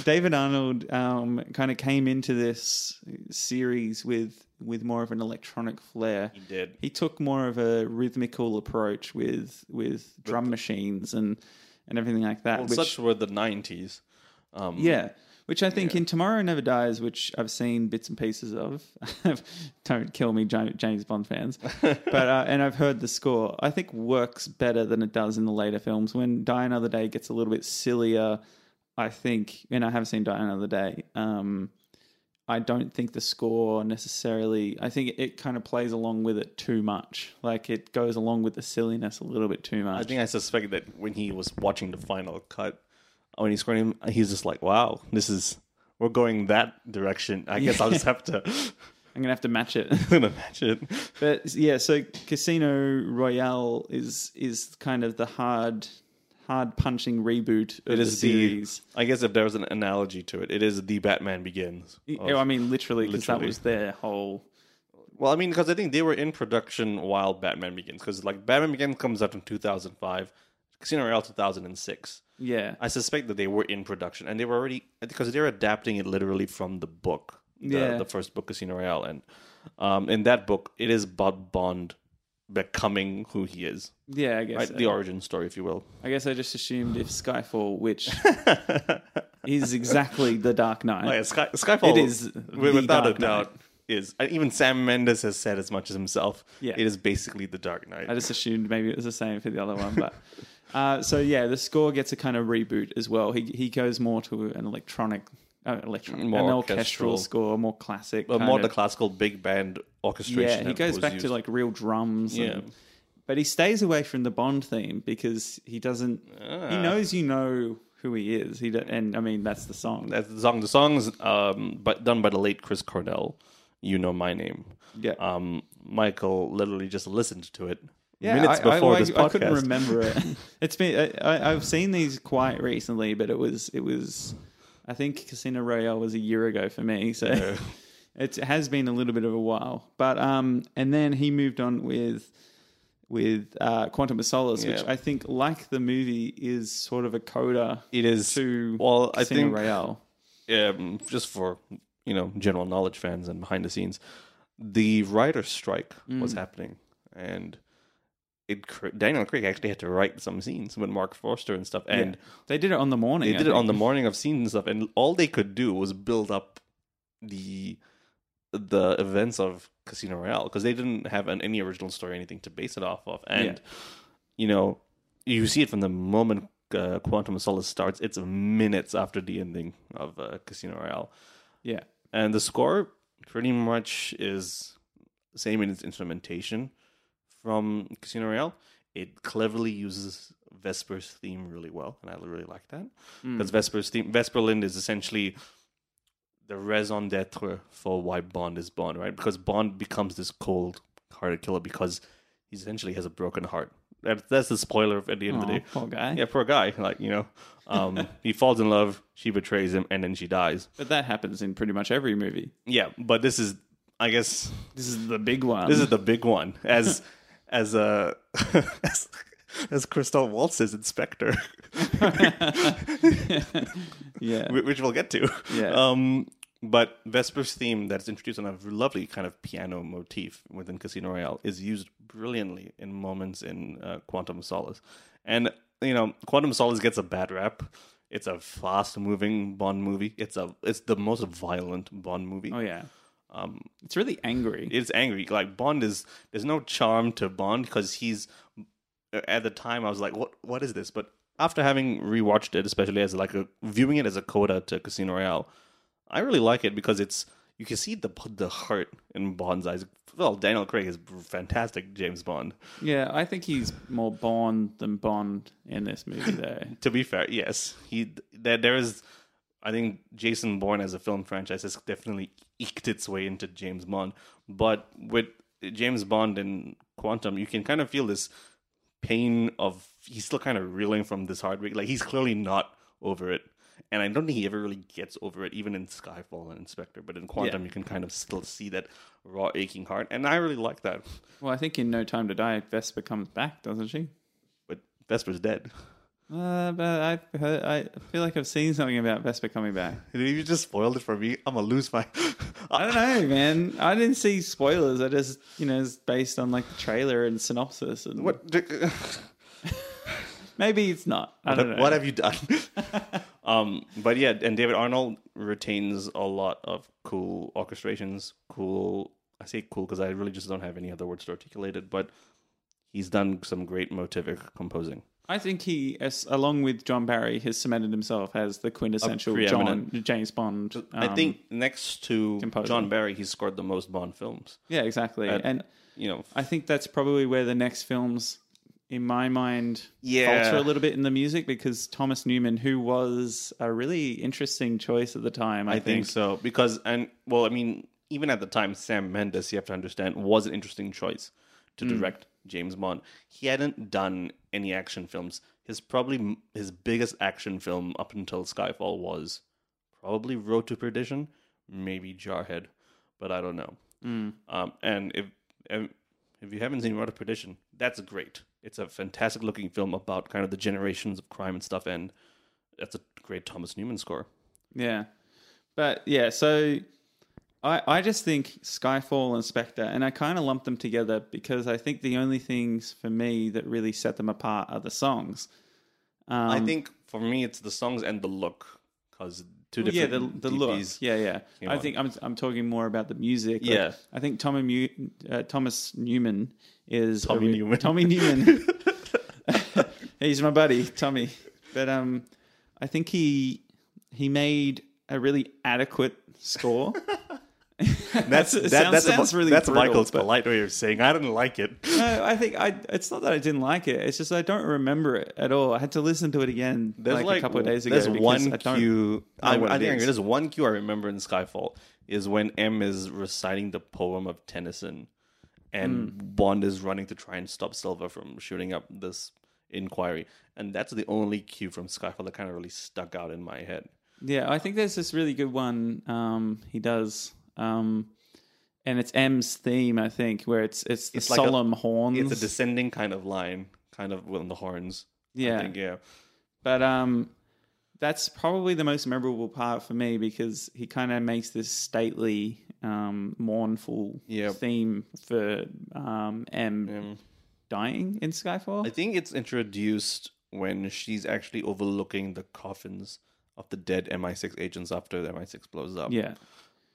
[SPEAKER 1] David Arnold um, kind of came into this series with, with more of an electronic flair.
[SPEAKER 2] He did.
[SPEAKER 1] He took more of a rhythmical approach with with drum machines and, and everything like that.
[SPEAKER 2] Well,
[SPEAKER 1] which-
[SPEAKER 2] such were the nineties. Um,
[SPEAKER 1] yeah. Which I think in Tomorrow Never Dies, which I've seen bits and pieces of. Don't kill me, Ja- James Bond fans. but uh, and I've heard the score. I think works better than it does in the later films. When Die Another Day gets a little bit sillier, I think, and I have seen Die Another Day. Um, I don't think the score necessarily. I think it kind of plays along with it too much. Like it goes along with the silliness a little bit too much.
[SPEAKER 2] I think I suspect that when he was watching the final cut, when he's going, he's just like, "Wow, this is we're going that direction." I guess I'll just have to
[SPEAKER 1] I'm gonna have to match it.
[SPEAKER 2] match it.
[SPEAKER 1] But yeah, so Casino Royale is is kind of the hard hard punching reboot of
[SPEAKER 2] It
[SPEAKER 1] the
[SPEAKER 2] is the.
[SPEAKER 1] series.
[SPEAKER 2] I guess if there was an analogy to it, it is the Batman Begins. Oh.
[SPEAKER 1] Y- I mean, literally, because that
[SPEAKER 2] Literally.
[SPEAKER 1] was their whole.
[SPEAKER 2] Well, I mean, because I think they were in production while Batman Begins, because like Batman Begins comes out in 2005, Casino Royale 2006.
[SPEAKER 1] Yeah,
[SPEAKER 2] I suspect that they were in production and they were already because they're adapting it literally from the book, the,
[SPEAKER 1] Yeah.
[SPEAKER 2] the first book Casino Royale, and um, in that book it is Bob Bond becoming who he is,
[SPEAKER 1] yeah. I guess
[SPEAKER 2] right?
[SPEAKER 1] so.
[SPEAKER 2] The origin story, if you will.
[SPEAKER 1] I guess I just assumed if Skyfall, which is exactly the Dark Knight.
[SPEAKER 2] Oh, Yeah, Sky, Skyfall
[SPEAKER 1] It is
[SPEAKER 2] wi-
[SPEAKER 1] the
[SPEAKER 2] without
[SPEAKER 1] Dark
[SPEAKER 2] a doubt is and even Sam Mendes has said as much as himself.
[SPEAKER 1] Yeah.
[SPEAKER 2] it is basically the Dark Knight.
[SPEAKER 1] I just assumed maybe it was the same for the other one, but. Uh, so yeah, the score gets a kind of reboot as well. He he goes more to an electronic, uh, electronic,
[SPEAKER 2] More
[SPEAKER 1] an orchestral
[SPEAKER 2] orchestral.
[SPEAKER 1] score, more classic,
[SPEAKER 2] but
[SPEAKER 1] kind
[SPEAKER 2] more
[SPEAKER 1] of.
[SPEAKER 2] the classical big band orchestration.
[SPEAKER 1] Yeah, he
[SPEAKER 2] that
[SPEAKER 1] goes
[SPEAKER 2] was
[SPEAKER 1] back to
[SPEAKER 2] used.
[SPEAKER 1] like real drums.
[SPEAKER 2] Yeah.
[SPEAKER 1] And, but he stays away from the Bond theme because he doesn't. He
[SPEAKER 2] Ah.
[SPEAKER 1] knows you know who he is. He do, and I mean that's the song.
[SPEAKER 2] that's the song. The song's um, but done by the late Chris Cornell. You know my name.
[SPEAKER 1] yeah,
[SPEAKER 2] Um, Michael literally just listened to it
[SPEAKER 1] yeah.
[SPEAKER 2] minutes
[SPEAKER 1] I,
[SPEAKER 2] before
[SPEAKER 1] I,
[SPEAKER 2] this
[SPEAKER 1] I,
[SPEAKER 2] podcast.
[SPEAKER 1] I couldn't remember it. it's been. I, I, I've seen these quite recently, but it was. It was. I think Casino Royale was a year ago for me. So. It has been a little bit of a while, but um, and then he moved on with with uh, Quantum of Solace, which
[SPEAKER 2] Yeah.
[SPEAKER 1] I think, like the movie, is sort of a coda
[SPEAKER 2] It is
[SPEAKER 1] to
[SPEAKER 2] well. I
[SPEAKER 1] Casino
[SPEAKER 2] think
[SPEAKER 1] Royale.
[SPEAKER 2] um, just for you know general knowledge fans and behind the scenes, the writer's strike was happening, and it cr- Daniel Craig actually had to write some scenes with Mark Forster and stuff, and
[SPEAKER 1] They did it on the morning.
[SPEAKER 2] they did it on the morning of scenes and stuff, and all they could do was build up the the events of Casino Royale because they didn't have an, any original story, or anything to base it off of, and you know you see it from the moment uh, Quantum of Solace starts. It's minutes after the ending of uh, Casino Royale,
[SPEAKER 1] Yeah,
[SPEAKER 2] and the score pretty much is same in its instrumentation from Casino Royale. It cleverly uses Vesper's theme really well, and I really like that because Vesper's theme, Vesperland, is essentially the raison d'être for why Bond is Bond, right? Because Bond becomes this cold-hearted killer because he essentially has a broken heart. That, that's the spoiler at the end of the
[SPEAKER 1] Aw,
[SPEAKER 2] day.
[SPEAKER 1] Oh, poor guy.
[SPEAKER 2] Yeah, poor guy. Like you know, um, he falls in love, she betrays him, and then she dies.
[SPEAKER 1] But that happens in pretty much every movie.
[SPEAKER 2] Yeah, but this is, I guess,
[SPEAKER 1] This is the big one.
[SPEAKER 2] this is the big one. As as uh, as, as Christoph Waltz says, Inspector,
[SPEAKER 1] yeah,
[SPEAKER 2] whi- which we'll get to.
[SPEAKER 1] Yeah.
[SPEAKER 2] Um, but Vesper's theme that's introduced on a lovely kind of piano motif within Casino Royale is used brilliantly in moments in uh, Quantum of Solace, and you know Quantum of Solace gets a bad rap. It's a fast-moving Bond movie. It's a it's the most violent Bond movie.
[SPEAKER 1] oh yeah. Um, it's really angry.
[SPEAKER 2] it's angry. Like Bond is there's no charm to Bond because he's at the time I was like, what what is this? But after having rewatched it, especially as like a viewing it as a coda to Casino Royale, I really like it because it's you can see the the heart in Bond's eyes. Well, Daniel Craig is fantastic James Bond.
[SPEAKER 1] Yeah, I think he's more Bond than Bond in this movie, though.
[SPEAKER 2] To be fair, yes, he there there is. I think Jason Bourne as a film franchise has definitely eked its way into James Bond, but with James Bond and Quantum, you can kind of feel this pain of he's still kind of reeling from this heartbreak. Like he's clearly not over it, and I don't think he ever really gets over it, even in Skyfall and Inspector. But in Quantum,
[SPEAKER 1] Yeah.
[SPEAKER 2] you can kind of still see that raw aching heart, and I really like that.
[SPEAKER 1] Well, I think in No Time to Die, Vespa comes back, doesn't she?
[SPEAKER 2] But Vesper's dead.
[SPEAKER 1] Uh, but I, heard, I feel like I've seen something about Vespa coming back.
[SPEAKER 2] If you just spoiled it for me, I'm gonna lose my.
[SPEAKER 1] I don't know, man. I didn't see spoilers. I just, you know, it's based on like the trailer and synopsis. And
[SPEAKER 2] What?
[SPEAKER 1] Maybe it's not. I don't know.
[SPEAKER 2] What have you done? um, but yeah, and David Arnold retains a lot of cool orchestrations. Cool. I say cool because I really just don't have any other words to articulate it. But he's done some great motivic composing.
[SPEAKER 1] I think he, as, along with John Barry, has cemented himself as the quintessential John
[SPEAKER 2] preeminent-
[SPEAKER 1] James Bond.
[SPEAKER 2] I
[SPEAKER 1] um,
[SPEAKER 2] think next to
[SPEAKER 1] composer.
[SPEAKER 2] John Barry, he scored the most Bond films.
[SPEAKER 1] Yeah, exactly. and
[SPEAKER 2] You know,
[SPEAKER 1] I think that's probably where the next films, in my mind,
[SPEAKER 2] Yeah.
[SPEAKER 1] falter a little bit in the music because Thomas Newman, who was a really interesting choice at the time, I,
[SPEAKER 2] I think so because and well, I mean, even at the time, Sam Mendes, you have to understand, was an interesting choice to direct James Bond. He hadn't done any action films. His probably m- his biggest action film up until Skyfall was probably Road to Perdition, maybe Jarhead, but I don't know. Um, and if and if you haven't seen Road to Perdition, that's great. It's a fantastic looking film about kind of the generations of crime and stuff, and that's a great Thomas Newman score.
[SPEAKER 1] Yeah. But yeah, so I I just think Skyfall and Spectre, and I kind of lump them together because I think the only things for me that really set them apart are the songs. Um,
[SPEAKER 2] I think for me, it's the songs and the look, because two
[SPEAKER 1] yeah,
[SPEAKER 2] different
[SPEAKER 1] the the look,
[SPEAKER 2] DPs.
[SPEAKER 1] yeah, yeah. I
[SPEAKER 2] on.
[SPEAKER 1] think I'm I'm talking more about the music. Like,
[SPEAKER 2] Yeah.
[SPEAKER 1] I think Tommy Mu- uh, Thomas Newman is
[SPEAKER 2] Tommy
[SPEAKER 1] a
[SPEAKER 2] Newman.
[SPEAKER 1] Tommy Newman. He's my buddy, Tommy. But um, I think he he made a really adequate score.
[SPEAKER 2] That's
[SPEAKER 1] It sounds-
[SPEAKER 2] that, that's
[SPEAKER 1] sounds
[SPEAKER 2] a,
[SPEAKER 1] really
[SPEAKER 2] that's
[SPEAKER 1] brutal,
[SPEAKER 2] Michael's
[SPEAKER 1] but-
[SPEAKER 2] polite way of saying I didn't like it.
[SPEAKER 1] no, I think I. It's not that I didn't like it. It's just I don't remember it at all. I had to listen to it again like, a couple of days ago.
[SPEAKER 2] There's
[SPEAKER 1] because
[SPEAKER 2] one
[SPEAKER 1] I don't-
[SPEAKER 2] cue. I,
[SPEAKER 1] what
[SPEAKER 2] I
[SPEAKER 1] it
[SPEAKER 2] think
[SPEAKER 1] is.
[SPEAKER 2] there's one cue I remember in Skyfall is when M is reciting the poem of Tennyson,
[SPEAKER 1] Hmm.
[SPEAKER 2] and Bond is running to try and stop Silva from shooting up this inquiry, and that's the only cue from Skyfall that kind of really stuck out in my head.
[SPEAKER 1] Yeah, I think there's this really good one um, he does, um, and it's M's theme. I think where it's it's the
[SPEAKER 2] It's like a-
[SPEAKER 1] solemn horns.
[SPEAKER 2] It's a descending kind of line, kind of on the horns. I
[SPEAKER 1] Yeah.
[SPEAKER 2] think, yeah.
[SPEAKER 1] But um, that's probably the most memorable part for me because he kind of makes this stately, um, mournful
[SPEAKER 2] Yep.
[SPEAKER 1] theme for um, M dying in Skyfall.
[SPEAKER 2] I think it's introduced when she's actually overlooking the coffins of the dead MI6 agents after the MI6 blows up.
[SPEAKER 1] yeah,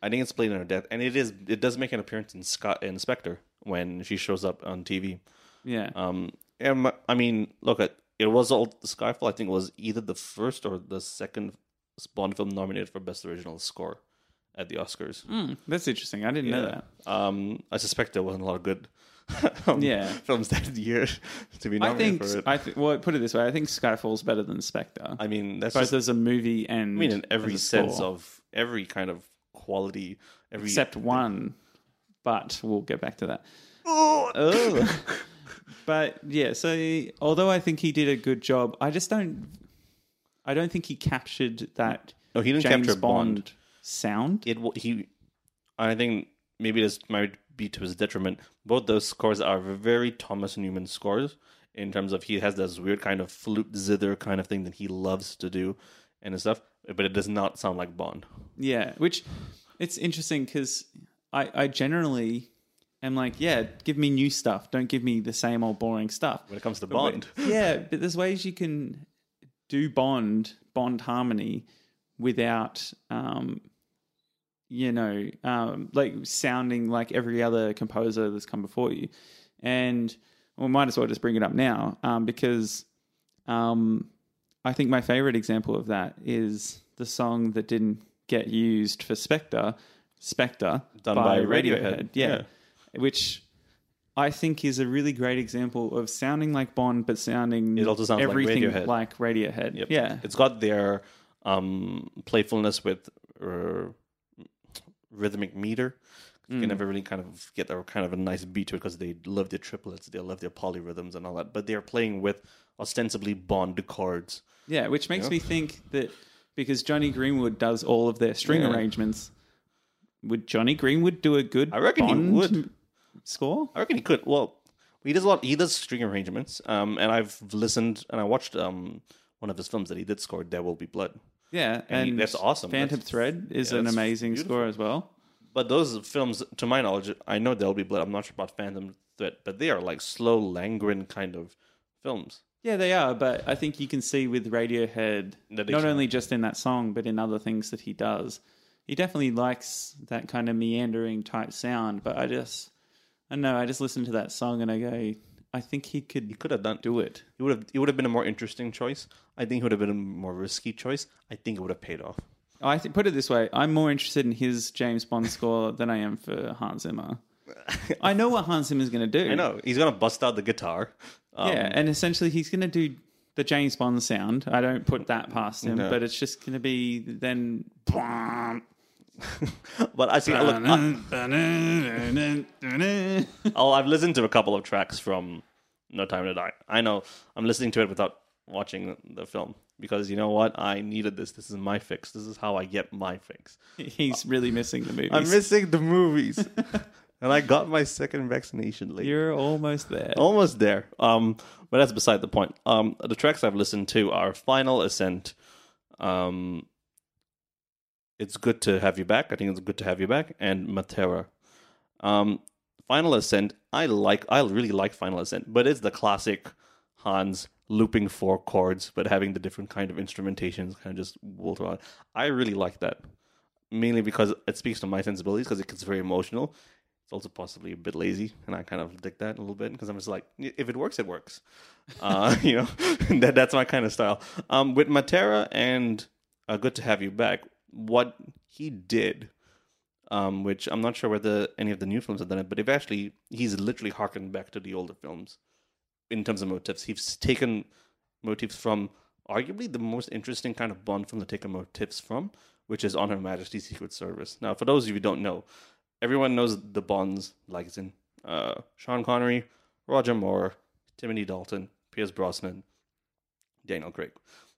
[SPEAKER 2] I think it's played in her death, and it is. It does make an appearance in Scott in Spectre when she shows up on TV.
[SPEAKER 1] yeah,
[SPEAKER 2] Um, and m- I mean, look at it was all Skyfall. I think was either the first or the second Bond film nominated for best original score at the Oscars.
[SPEAKER 1] Hmm, that's interesting. I didn't know that.
[SPEAKER 2] Um, I suspect there wasn't a lot of good um,
[SPEAKER 1] Yeah.
[SPEAKER 2] films that year to be
[SPEAKER 1] I
[SPEAKER 2] nominated
[SPEAKER 1] think
[SPEAKER 2] for it.
[SPEAKER 1] I th- well put it this way. I think Skyfall's better than Spectre.
[SPEAKER 2] I mean, that's
[SPEAKER 1] both
[SPEAKER 2] just,
[SPEAKER 1] as a movie and
[SPEAKER 2] I mean, in every sense
[SPEAKER 1] of.
[SPEAKER 2] of every kind of quality, every
[SPEAKER 1] except one. But we'll get back to that.
[SPEAKER 2] Oh!
[SPEAKER 1] Oh. but yeah, so although I think he did a good job, I just don't. I don't think he captured that
[SPEAKER 2] No, he didn't
[SPEAKER 1] James
[SPEAKER 2] capture
[SPEAKER 1] Bond,
[SPEAKER 2] Bond.
[SPEAKER 1] sound.
[SPEAKER 2] It wa- he, I think maybe this might be to his detriment. Both those scores are very Thomas Newman scores in terms of he has this weird kind of flute zither kind of thing that he loves to do and stuff, but it does not sound like Bond.
[SPEAKER 1] Yeah, which it's interesting because I, I generally am like, yeah, give me new stuff. Don't give me the same old boring stuff.
[SPEAKER 2] When it comes to Bond,
[SPEAKER 1] yeah, but there's ways you can do bond bond harmony without um you know um like sounding like every other composer that's come before you and we might as well just bring it up now um because um i think my favorite example of that is the song that didn't get used for spectre Spectre
[SPEAKER 2] Done by Radiohead.
[SPEAKER 1] Yeah. Which I think is a really great example of sounding like Bond, but sounding
[SPEAKER 2] It also sounds like
[SPEAKER 1] everything
[SPEAKER 2] Radiohead.
[SPEAKER 1] like Radiohead.
[SPEAKER 2] Yep.
[SPEAKER 1] Yeah.
[SPEAKER 2] it's got their um, playfulness with uh, rhythmic meter. You can never really kind of get a kind of a nice beat to it because they love their triplets, they love their polyrhythms and all that. But they are playing with ostensibly Bond chords.
[SPEAKER 1] Yeah, which makes
[SPEAKER 2] Yeah.
[SPEAKER 1] me think that because Johnny Greenwood does all of their string
[SPEAKER 2] Yeah.
[SPEAKER 1] arrangements, would Johnny Greenwood do a good
[SPEAKER 2] I reckon he
[SPEAKER 1] Bond
[SPEAKER 2] would.
[SPEAKER 1] score?
[SPEAKER 2] I reckon he could. Well, he does a lot. He does string arrangements. Um, and I've listened and I watched um one of his films that he did score, There Will Be Blood.
[SPEAKER 1] Yeah,
[SPEAKER 2] And
[SPEAKER 1] and,
[SPEAKER 2] he- that's awesome.
[SPEAKER 1] Phantom
[SPEAKER 2] That's-
[SPEAKER 1] Thread is
[SPEAKER 2] yeah,
[SPEAKER 1] an
[SPEAKER 2] that's
[SPEAKER 1] amazing
[SPEAKER 2] beautiful.
[SPEAKER 1] score as well.
[SPEAKER 2] But those films, to my knowledge, I know There'll Be Blood. I'm not sure about Phantom Threat, but they are like slow, languid kind of films.
[SPEAKER 1] Yeah, they are, but I think you can see with Radiohead,
[SPEAKER 2] That
[SPEAKER 1] not
[SPEAKER 2] they can-
[SPEAKER 1] only just in that song, but in other things that he does, he definitely likes that kind of meandering type sound. But I just, I don't know, I just listen to that song and I go, I think he
[SPEAKER 2] He
[SPEAKER 1] could
[SPEAKER 2] could have done.
[SPEAKER 1] do it.
[SPEAKER 2] It would have. It would have been a more interesting choice. I think it would have been a more risky choice. I think it would have paid off.
[SPEAKER 1] I th- put it this way: I'm more interested in his James Bond score than I am for Hans Zimmer. I know what Hans Zimmer's going to do.
[SPEAKER 2] I know he's gonna bust out the guitar. Um,
[SPEAKER 1] yeah, and essentially he's going to do the James Bond sound. I don't put that past him,
[SPEAKER 2] No.
[SPEAKER 1] but it's just going to be then.
[SPEAKER 2] but I see. Look, I, I'll, I've listened to a couple of tracks from No Time to Die. I know I'm listening to it without watching the film because you know what? I needed this. This is my fix. This is how I get my fix.
[SPEAKER 1] He's really missing the movie.
[SPEAKER 2] I'm missing the movies, and I got my second vaccination later.
[SPEAKER 1] You're almost there.
[SPEAKER 2] almost there. Um, but that's beside the point. Um, the tracks I've listened to are Final Ascent. Um, it's good to have you back. I think it's good to have you back, and Matera. Um, Final Ascent. I like. I really like Final Ascent, but it's the classic Hans looping four chords, but having the different kind of instrumentations, kind of just walter on. I really like that. Mainly because it speaks to my sensibilities, because it gets very emotional it's also possibly a bit lazy, and I kind of dig that a little bit because I'm just like, "Y- if it works, it works. Uh, you know, that that's my kind of style. Um, with Matera and uh, Good to Have You Back, what he did, um, which I'm not sure whether any of the new films have done it, but eventually he's literally harkened back to the older films in terms of motifs. He's taken motifs from arguably the most interesting kind of Bond film to take motifs from, which is On Her Majesty's Secret Service. Now, for those of you who don't know, everyone knows the Bonds, like it's in uh, Sean Connery, Roger Moore, Timothy Dalton, Pierce Brosnan, Daniel Craig.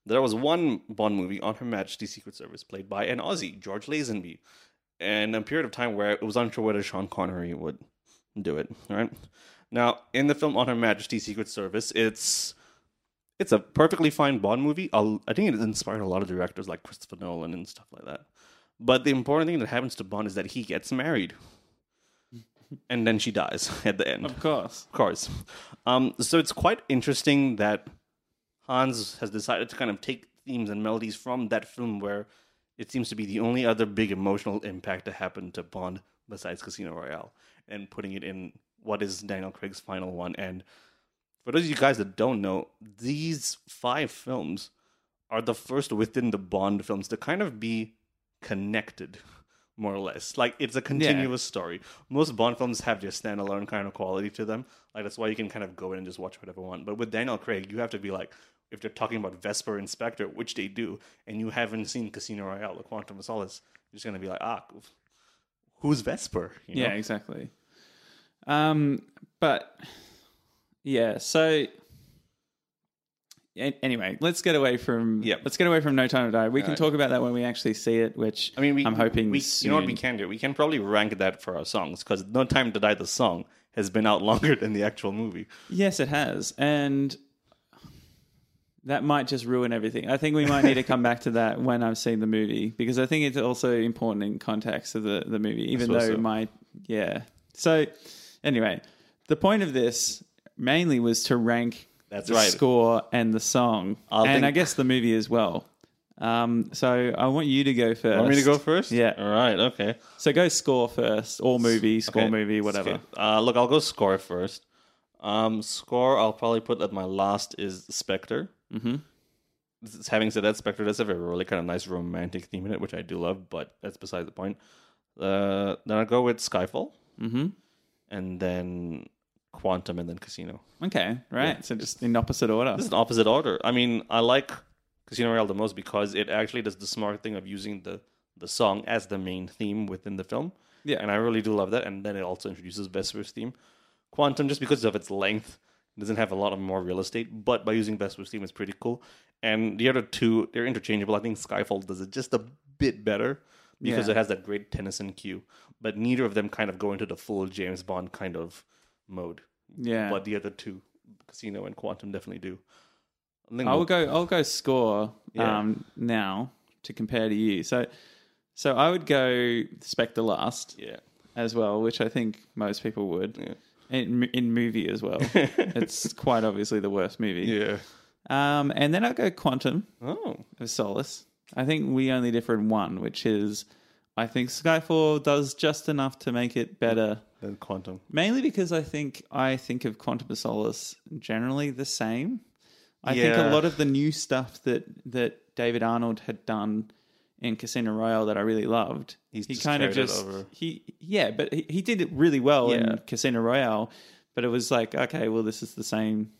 [SPEAKER 2] There was one Bond movie on Her Majesty's Secret Service played by an Aussie, George Lazenby, and a period of time where it was unsure whether Sean Connery would do it. All right. Now, in the film On Her Majesty's Secret Service, it's it's a perfectly fine Bond movie. I'll, I think it inspired a lot of directors like Christopher Nolan and stuff like that. But the important thing that happens to Bond is that he gets married, and then she dies at the end
[SPEAKER 1] Of course.
[SPEAKER 2] of course. Um, so it's quite interesting that Hans has decided to kind of take themes and melodies from that film where it seems to be the only other big emotional impact to happen to Bond besides Casino Royale and putting it in what is Daniel Craig's final one. And for those of you guys that don't know, these five films are the first within the Bond films to kind of be connected, more or less. Like it's a continuous story. Most Bond films have their standalone kind of quality to them. Like that's why you can kind of go in and just watch whatever one. But with Daniel Craig, you have to be like, if they're talking about Vesper Inspector, which they do, and you haven't seen Casino Royale or Quantum of Solace, you're just gonna be like, ah, who's Vesper? You know?
[SPEAKER 1] Yeah, exactly. Um, but yeah, so an- anyway, let's get away from
[SPEAKER 2] Yep.
[SPEAKER 1] let's get away from No Time to Die. We can
[SPEAKER 2] Alright.
[SPEAKER 1] talk about that when we actually see it, which
[SPEAKER 2] I mean, we,
[SPEAKER 1] I'm hoping
[SPEAKER 2] we, you know what we
[SPEAKER 1] soon.
[SPEAKER 2] can do. We can probably rank that for our songs because "No Time to Die" the song has been out longer than the actual movie.
[SPEAKER 1] Yes, it has, and that might just ruin everything. I think we might need to come back to that when I've seen the movie because I think it's also important in context of the the movie, even
[SPEAKER 2] suppose
[SPEAKER 1] though
[SPEAKER 2] so.
[SPEAKER 1] my yeah. So anyway, the point of this mainly was to rank
[SPEAKER 2] That's
[SPEAKER 1] the
[SPEAKER 2] right.
[SPEAKER 1] score and the song,
[SPEAKER 2] I'll
[SPEAKER 1] and
[SPEAKER 2] think-
[SPEAKER 1] I guess the movie as well. Um, so I want you to go first.
[SPEAKER 2] Want me to go first?
[SPEAKER 1] Yeah.
[SPEAKER 2] All right. Okay.
[SPEAKER 1] So go score first, or movie, score
[SPEAKER 2] Okay.
[SPEAKER 1] movie, whatever.
[SPEAKER 2] Okay. Uh, look, I'll go score first. Um, score, I'll probably put at my last is Spectre. Mm-hmm. Having said that, Spectre does have a really kind of nice romantic theme in it, which I do love, but that's beside the point. Uh, then I go with Skyfall,
[SPEAKER 1] Mm-hmm.
[SPEAKER 2] and then Quantum, and then Casino.
[SPEAKER 1] Okay, right. So just in opposite order.
[SPEAKER 2] This is an opposite order. I mean, I like Casino Royale the most because it actually does the smart thing of using the the song as the main theme within the film.
[SPEAKER 1] Yeah.
[SPEAKER 2] and I really do love that. And then it also introduces Vesper's theme. Quantum, just because of its length, doesn't have a lot of more real estate, but by using Vesper's theme, it's pretty cool. And the other two, they're interchangeable. I think Skyfall does it just a bit better because
[SPEAKER 1] Yeah.
[SPEAKER 2] it has that great Tennyson cue, but neither of them kind of go into the full James Bond kind of mode
[SPEAKER 1] Yeah.
[SPEAKER 2] but the other two, Casino and Quantum, definitely do. I think
[SPEAKER 1] I will go. I'll go score
[SPEAKER 2] Yeah.
[SPEAKER 1] um, now to compare to you. So, so I would go Spectre last
[SPEAKER 2] yeah,
[SPEAKER 1] as well, which I think most people would
[SPEAKER 2] yeah,
[SPEAKER 1] in in movie as well. it's quite obviously the worst movie.
[SPEAKER 2] yeah.
[SPEAKER 1] Um, and then I'll go Quantum
[SPEAKER 2] Oh,
[SPEAKER 1] of Solace. I think we only differ in one, which is I think Skyfall does just enough to make it better.
[SPEAKER 2] then Quantum.
[SPEAKER 1] Mainly because I think I think of Quantum of Solace generally the same. I think
[SPEAKER 2] Yeah.
[SPEAKER 1] a lot of the new stuff that that David Arnold had done in Casino Royale that I really loved.
[SPEAKER 2] He's
[SPEAKER 1] he
[SPEAKER 2] just
[SPEAKER 1] kind of
[SPEAKER 2] carried it
[SPEAKER 1] just
[SPEAKER 2] over.
[SPEAKER 1] he yeah, but he, he did it really well
[SPEAKER 2] Yeah.
[SPEAKER 1] in Casino Royale. But it was like okay, well this is the same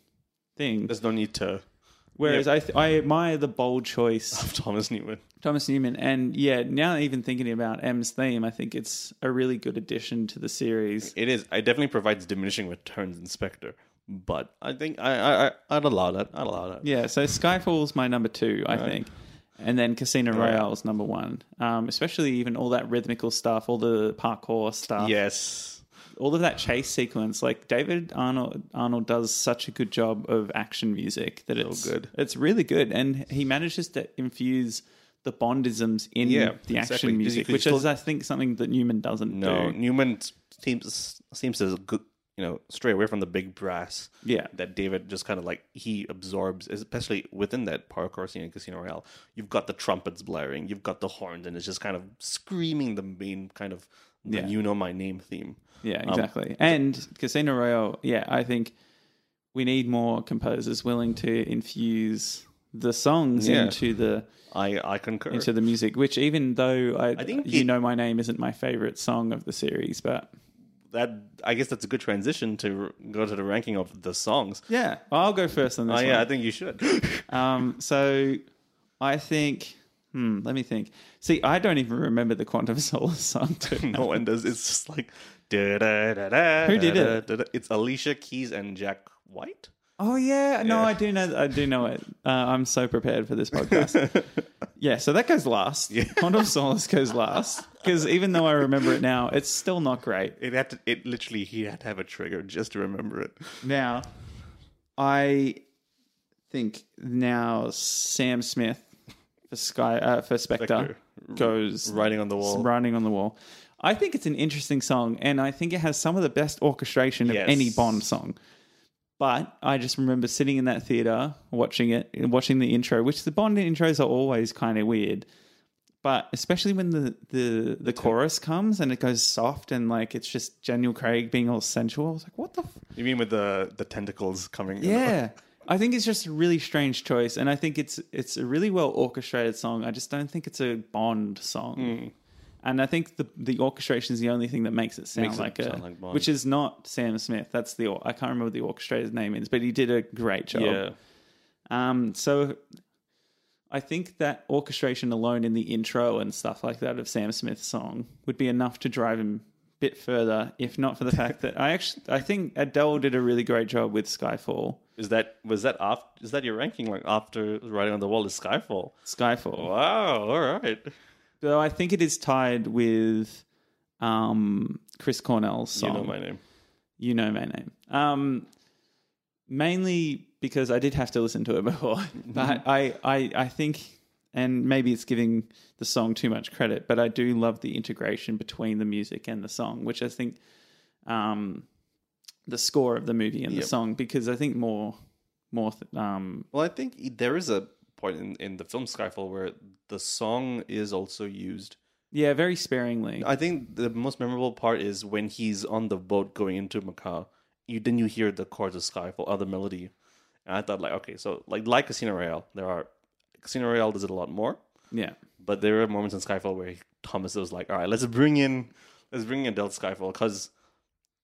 [SPEAKER 1] thing.
[SPEAKER 2] There's no need to
[SPEAKER 1] Whereas I th- I admire the bold choice
[SPEAKER 2] of Thomas Newman.
[SPEAKER 1] Thomas Newman. And yeah, now even thinking about M's theme, I think it's a really good addition to the series.
[SPEAKER 2] It is. It definitely provides diminishing returns, Inspector. But I think I, I, I I'd allow that. I'd allow that.
[SPEAKER 1] Yeah, so Skyfall's my number two, I think. And then Casino Royale's number one. Um, especially even all that rhythmical stuff, all the parkour stuff,
[SPEAKER 2] Yes.
[SPEAKER 1] all of that chase sequence. Like David Arnold Arnold does such a good job of action music that it's
[SPEAKER 2] good.
[SPEAKER 1] It's really good, and he manages to infuse the Bondisms in
[SPEAKER 2] Yeah,
[SPEAKER 1] the
[SPEAKER 2] exactly.
[SPEAKER 1] action
[SPEAKER 2] 'Cause you
[SPEAKER 1] music,
[SPEAKER 2] could
[SPEAKER 1] which
[SPEAKER 2] still-
[SPEAKER 1] is I think something that Newman doesn't
[SPEAKER 2] No.
[SPEAKER 1] do.
[SPEAKER 2] Newman seems seems to go- you know stray away from the big brass.
[SPEAKER 1] Yeah.
[SPEAKER 2] that David just kind of like he absorbs, especially within that parkour scene in Casino Royale. You've got the trumpets blaring, you've got the horns, and it's just kind of screaming the main kind of the
[SPEAKER 1] Yeah.
[SPEAKER 2] "You Know My Name" theme.
[SPEAKER 1] Yeah, exactly. and Casino Royale, yeah, I think we need more composers willing to infuse the songs
[SPEAKER 2] Yeah.
[SPEAKER 1] into the
[SPEAKER 2] I I concur.
[SPEAKER 1] into the music. Which, even though I,
[SPEAKER 2] think
[SPEAKER 1] you
[SPEAKER 2] it-
[SPEAKER 1] know my name isn't my favorite song of the series, but
[SPEAKER 2] that I guess that's a good transition to go to the ranking of the songs.
[SPEAKER 1] yeah, I'll go first on this.
[SPEAKER 2] Oh
[SPEAKER 1] one.
[SPEAKER 2] yeah, I think you should.
[SPEAKER 1] Um, so I think. Hmm, let me think. See, I don't even remember the Quantum of Solace song. Too.
[SPEAKER 2] no one does. It's just like da, da, da, da,
[SPEAKER 1] Who did
[SPEAKER 2] da,
[SPEAKER 1] it?
[SPEAKER 2] da, da. It's Alicia Keys and Jack White.
[SPEAKER 1] Oh yeah, no,
[SPEAKER 2] Yeah.
[SPEAKER 1] I do know. I do know it. Uh, I'm so prepared for this podcast. yeah, so that goes last. Quantum of Solace goes last because even though I remember it now, it's still not great.
[SPEAKER 2] It had to. It literally he had to have a trigger just to remember it.
[SPEAKER 1] Now, I think now Sam Smith for Sky uh, for Spectre,
[SPEAKER 2] Spectre.
[SPEAKER 1] goes
[SPEAKER 2] Writing on the wall.
[SPEAKER 1] Writing on the wall. I think it's an interesting song, and I think it has some of the best orchestration
[SPEAKER 2] Yes.
[SPEAKER 1] of any Bond song. But I just remember sitting in that theater watching it, watching the intro, which the Bond intros are always kind of weird. But especially when the, the, the chorus comes and it goes soft and like it's just Daniel Craig being all sensual, I was like, what the f-
[SPEAKER 2] You mean with the the tentacles coming?
[SPEAKER 1] yeah. I think it's just a really strange choice, and I think it's it's a really well orchestrated song. I just don't think it's a Bond song,
[SPEAKER 2] Hmm.
[SPEAKER 1] and I think the the orchestration is the only thing that makes it sound
[SPEAKER 2] Makes it
[SPEAKER 1] like a
[SPEAKER 2] sound like Bond.
[SPEAKER 1] which is not Sam Smith. That's the or- I can't remember what the orchestrator's name is, but he did a great job.
[SPEAKER 2] yeah.
[SPEAKER 1] Um, so I think that orchestration alone in the intro and stuff like that of Sam Smith's song would be enough to drive him a bit further, if not for the fact that I actually I think Adele did a really great job with Skyfall.
[SPEAKER 2] Is that was that off? Is that your ranking? Like after Riding on the Wall is Skyfall.
[SPEAKER 1] Skyfall.
[SPEAKER 2] Wow. All right.
[SPEAKER 1] So I think it is tied with um, Chris Cornell's
[SPEAKER 2] You
[SPEAKER 1] song.
[SPEAKER 2] know my name.
[SPEAKER 1] You Know My Name. Um, mainly because I did have to listen to it before,
[SPEAKER 2] Mm-hmm.
[SPEAKER 1] but I, I, I think, and maybe it's giving the song too much credit, but I do love the integration between the music and the song, which I think um, the score of the movie and
[SPEAKER 2] Yep.
[SPEAKER 1] the song, because I think more, more th- um,
[SPEAKER 2] Well, I think there is a point in, in the film Skyfall where the song is also used.
[SPEAKER 1] yeah, very sparingly.
[SPEAKER 2] I think the most memorable part is when he's on the boat going into Macau. You then you hear the chords of Skyfall, other melody, and I thought like, okay, so like like Casino Royale, there are Casino Royale does it a lot more.
[SPEAKER 1] yeah.
[SPEAKER 2] But there are moments in Skyfall where he Thomas was like, all right, let's bring in let's bring in Adele's Skyfall because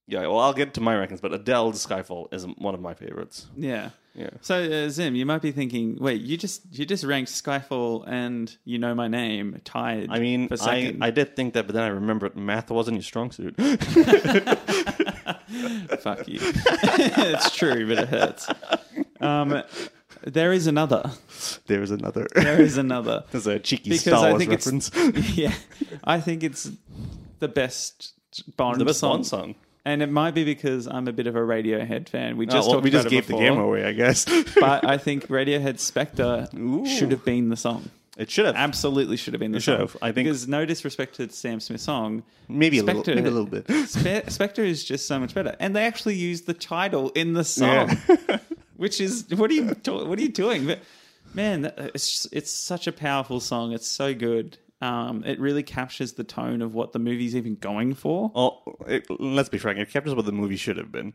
[SPEAKER 2] yeah, well, I'll get to my rankings, but Adele's Skyfall is one of my favorites.
[SPEAKER 1] Yeah.
[SPEAKER 2] Yeah.
[SPEAKER 1] So uh, Zim, you might be thinking, wait, you just you just ranked Skyfall and you know my name tied.
[SPEAKER 2] I mean,
[SPEAKER 1] for
[SPEAKER 2] I,
[SPEAKER 1] second.
[SPEAKER 2] I did think that, but then I remembered math wasn't your strong suit.
[SPEAKER 1] Fuck you. it's true, but it hurts. Um, there is another.
[SPEAKER 2] there was another.
[SPEAKER 1] There is another.
[SPEAKER 2] There's a cheeky
[SPEAKER 1] Because
[SPEAKER 2] Star
[SPEAKER 1] I
[SPEAKER 2] Wars
[SPEAKER 1] think it's-
[SPEAKER 2] reference.
[SPEAKER 1] yeah, I think it's the best Bond
[SPEAKER 2] the best
[SPEAKER 1] song.
[SPEAKER 2] Bond song.
[SPEAKER 1] and it might be because I'm a bit of a Radiohead fan. We just
[SPEAKER 2] Oh, well,
[SPEAKER 1] talked
[SPEAKER 2] we just
[SPEAKER 1] about
[SPEAKER 2] gave
[SPEAKER 1] it
[SPEAKER 2] the
[SPEAKER 1] before,
[SPEAKER 2] game away, I guess.
[SPEAKER 1] but I think Radiohead Spectre
[SPEAKER 2] Ooh.
[SPEAKER 1] should have been the song.
[SPEAKER 2] it should have.
[SPEAKER 1] Absolutely should have been the
[SPEAKER 2] should
[SPEAKER 1] song.
[SPEAKER 2] have. I think-
[SPEAKER 1] because no disrespect to Sam Smith's song,
[SPEAKER 2] maybe a little,
[SPEAKER 1] Spectre-
[SPEAKER 2] maybe a little bit.
[SPEAKER 1] Spe- Spectre is just so much better. And they actually used the title in the song,
[SPEAKER 2] Yeah.
[SPEAKER 1] which is what are you do- what are you doing? But man, that- it's it's such a powerful song. It's so good. Um, it really captures the tone of what the movie's even going for.
[SPEAKER 2] Oh, it, let's be frank. It captures what the movie should have been.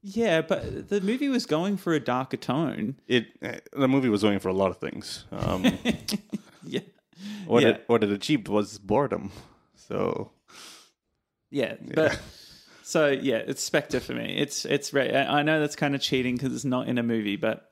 [SPEAKER 1] Yeah, but the movie was going for a darker tone.
[SPEAKER 2] It eh, the movie was going for a lot of things. Um,
[SPEAKER 1] Yeah,
[SPEAKER 2] what
[SPEAKER 1] Yeah.
[SPEAKER 2] it what it achieved was boredom. So
[SPEAKER 1] yeah, but. So yeah, it's Spectre for me. It's it's. Ra- I I know that's kind of cheating because it's not in a movie, but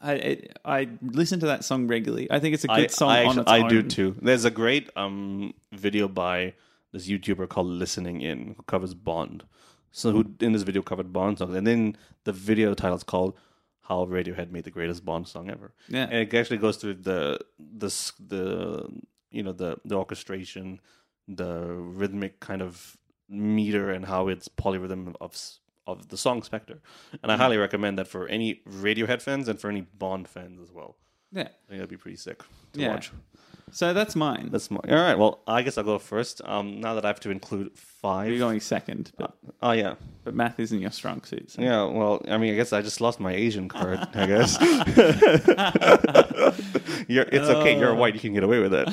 [SPEAKER 1] I it, I listen to that song regularly. I think it's a good
[SPEAKER 2] I,
[SPEAKER 1] song.
[SPEAKER 2] I,
[SPEAKER 1] on
[SPEAKER 2] actu-
[SPEAKER 1] its
[SPEAKER 2] I do
[SPEAKER 1] own.
[SPEAKER 2] too. There's a great um video by this YouTuber called Listening In who covers Bond. So who
[SPEAKER 1] Hmm.
[SPEAKER 2] in this video covered Bond songs, and then the video title is called "How Radiohead Made the Greatest Bond Song Ever."
[SPEAKER 1] Yeah.
[SPEAKER 2] and it actually goes through the the s- the you know the the orchestration, the rhythmic kind of meter, and how it's polyrhythm of s- of the song Spectre. And I
[SPEAKER 1] Hmm.
[SPEAKER 2] highly recommend that for any Radiohead fans and for any Bond fans as well.
[SPEAKER 1] Yeah.
[SPEAKER 2] I think that'd be pretty sick to
[SPEAKER 1] Yeah.
[SPEAKER 2] watch.
[SPEAKER 1] So that's mine.
[SPEAKER 2] That's my, all right. Well, I guess I'll go first. Um, now that I have to include
[SPEAKER 1] You're
[SPEAKER 2] five.
[SPEAKER 1] going second, but,
[SPEAKER 2] Oh yeah,
[SPEAKER 1] but math isn't your strong suit. So.
[SPEAKER 2] yeah. Well, I mean, I guess I just lost my Asian card. I guess. you're, it's okay.
[SPEAKER 1] Oh.
[SPEAKER 2] You're white. You can get away with it.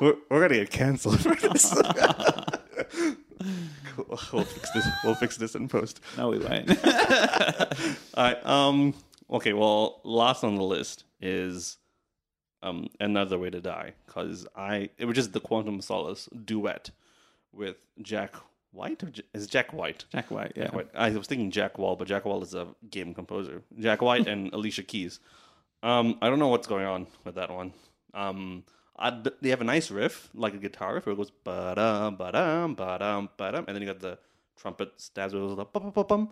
[SPEAKER 2] we're, we're gonna get canceled for this. Cool. we'll fix this. We'll fix this in post.
[SPEAKER 1] No, we won't.
[SPEAKER 2] All right. Um. Okay. Well, last on the list is um another way to die because I it was just the Quantum Solace duet with Jack White. Or J- is Jack White?
[SPEAKER 1] Jack White, yeah.
[SPEAKER 2] Jack White. I was thinking Jack Wall, but Jack Wall is a game composer. Jack White and Alicia Keys. Um, I don't know what's going on with that one. Um, I, they have a nice riff, like a guitar riff, where it goes ba dum ba dum ba dum ba dum, and then you got the trumpet stabs where it goes like bum bum bum bum.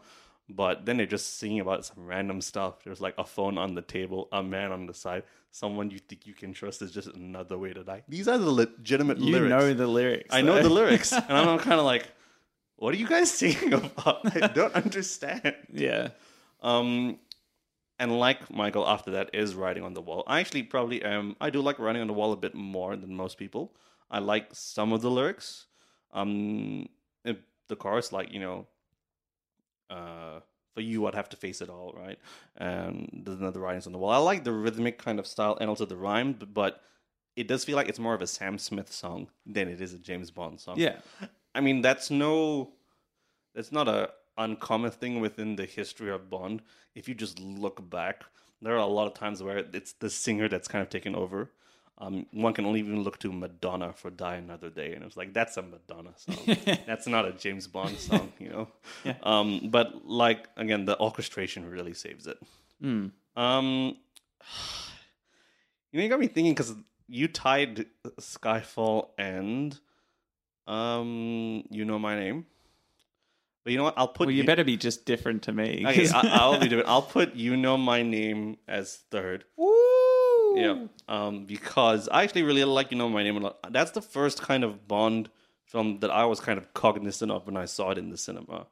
[SPEAKER 2] But then they're just singing about some random stuff. There's like a phone on the table, a man on the side, someone you think you can trust is just another way to die. These are the legitimate
[SPEAKER 1] You
[SPEAKER 2] lyrics.
[SPEAKER 1] know the lyrics.
[SPEAKER 2] I know
[SPEAKER 1] though.
[SPEAKER 2] the lyrics, and I'm kind of like, what are you guys singing about? I don't understand.
[SPEAKER 1] Yeah.
[SPEAKER 2] Um, and like Michael, after that is Writing on the Wall. I actually probably am. I do like Writing on the Wall a bit more than most people. I like some of the lyrics. Um, if the chorus, like you know, uh, for you I'd have to face it all, right? And there's another Writings on the Wall. I like the rhythmic kind of style and also the rhyme, b- but it does feel like it's more of a Sam Smith song than it is a James Bond song.
[SPEAKER 1] Yeah.
[SPEAKER 2] I mean, that's no, that's not a uncommon thing within the history of Bond. If you just look back, there are a lot of times where it's the singer that's kind of taken over. Um, one can only even look to Madonna for "Die Another Day," and it's like that's a Madonna song. that's not a James Bond song, you know. Um, but like again, the orchestration really saves it.
[SPEAKER 1] Hmm.
[SPEAKER 2] Um, you know, you got me thinking because you tied Skyfall and um, you know my name. But you know what? I'll put
[SPEAKER 1] Well, you better be just different to me.
[SPEAKER 2] Okay, I, I'll be doing. I'll put you know my name as third.
[SPEAKER 1] Woo!
[SPEAKER 2] Yeah. Um, because I actually really like you know my name a lot. That's the first kind of Bond film that I was kind of cognizant of when I saw it in the cinema,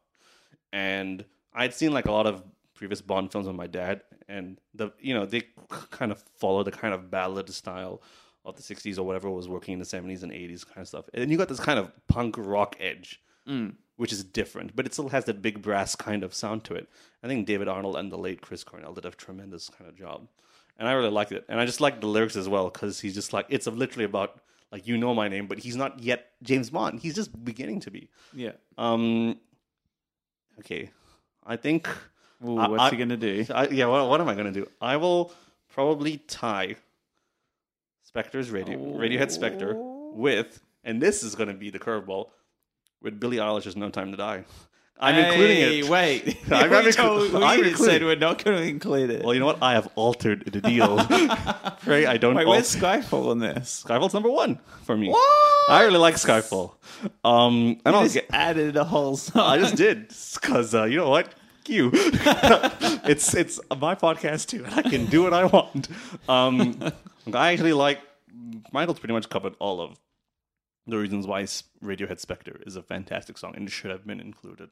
[SPEAKER 2] and I'd seen like a lot of previous Bond films with my dad, and the you know they kind of follow the kind of ballad style of the '60s or whatever was working in the '70s and '80s kind of stuff, and then you got this kind of punk rock edge. Which is different, but it still has that big brass kind of sound to it. I think David Arnold and the late Chris Cornell did a tremendous kind of job and I really liked it. And I just liked the lyrics as well because he's just like it's literally about like you know my name, but he's not yet James Bond. He's just beginning to be.
[SPEAKER 1] Yeah.
[SPEAKER 2] Um, okay, I think.
[SPEAKER 1] Ooh,
[SPEAKER 2] I-
[SPEAKER 1] what's
[SPEAKER 2] I-
[SPEAKER 1] he going to do?
[SPEAKER 2] I, yeah, what, what am I gonna do? I will probably tie Spectre's radio, Radiohead Spectre
[SPEAKER 1] Oh.
[SPEAKER 2] with, and this is going to be the curveball, with Billie Eilish's No Time to Die. I'm including
[SPEAKER 1] Hey,
[SPEAKER 2] it.
[SPEAKER 1] Wait,
[SPEAKER 2] I'm
[SPEAKER 1] we
[SPEAKER 2] inclu-
[SPEAKER 1] told- we
[SPEAKER 2] I'm
[SPEAKER 1] said
[SPEAKER 2] including-
[SPEAKER 1] we're not going to include it.
[SPEAKER 2] Well, you know what? I have altered the deal. Pray I don't.
[SPEAKER 1] Wait,
[SPEAKER 2] al-
[SPEAKER 1] where's Skyfall on this?
[SPEAKER 2] Skyfall's number one for me.
[SPEAKER 1] What?
[SPEAKER 2] I really like Skyfall. Um, and
[SPEAKER 1] I
[SPEAKER 2] I'll
[SPEAKER 1] just
[SPEAKER 2] get,
[SPEAKER 1] added a whole song.
[SPEAKER 2] I just did because uh, you know what? You. it's it's my podcast too, and I can do what I want. Um, I actually like Michael's pretty much covered all of the reasons why S- Radiohead Spectre is a fantastic song and should have been included.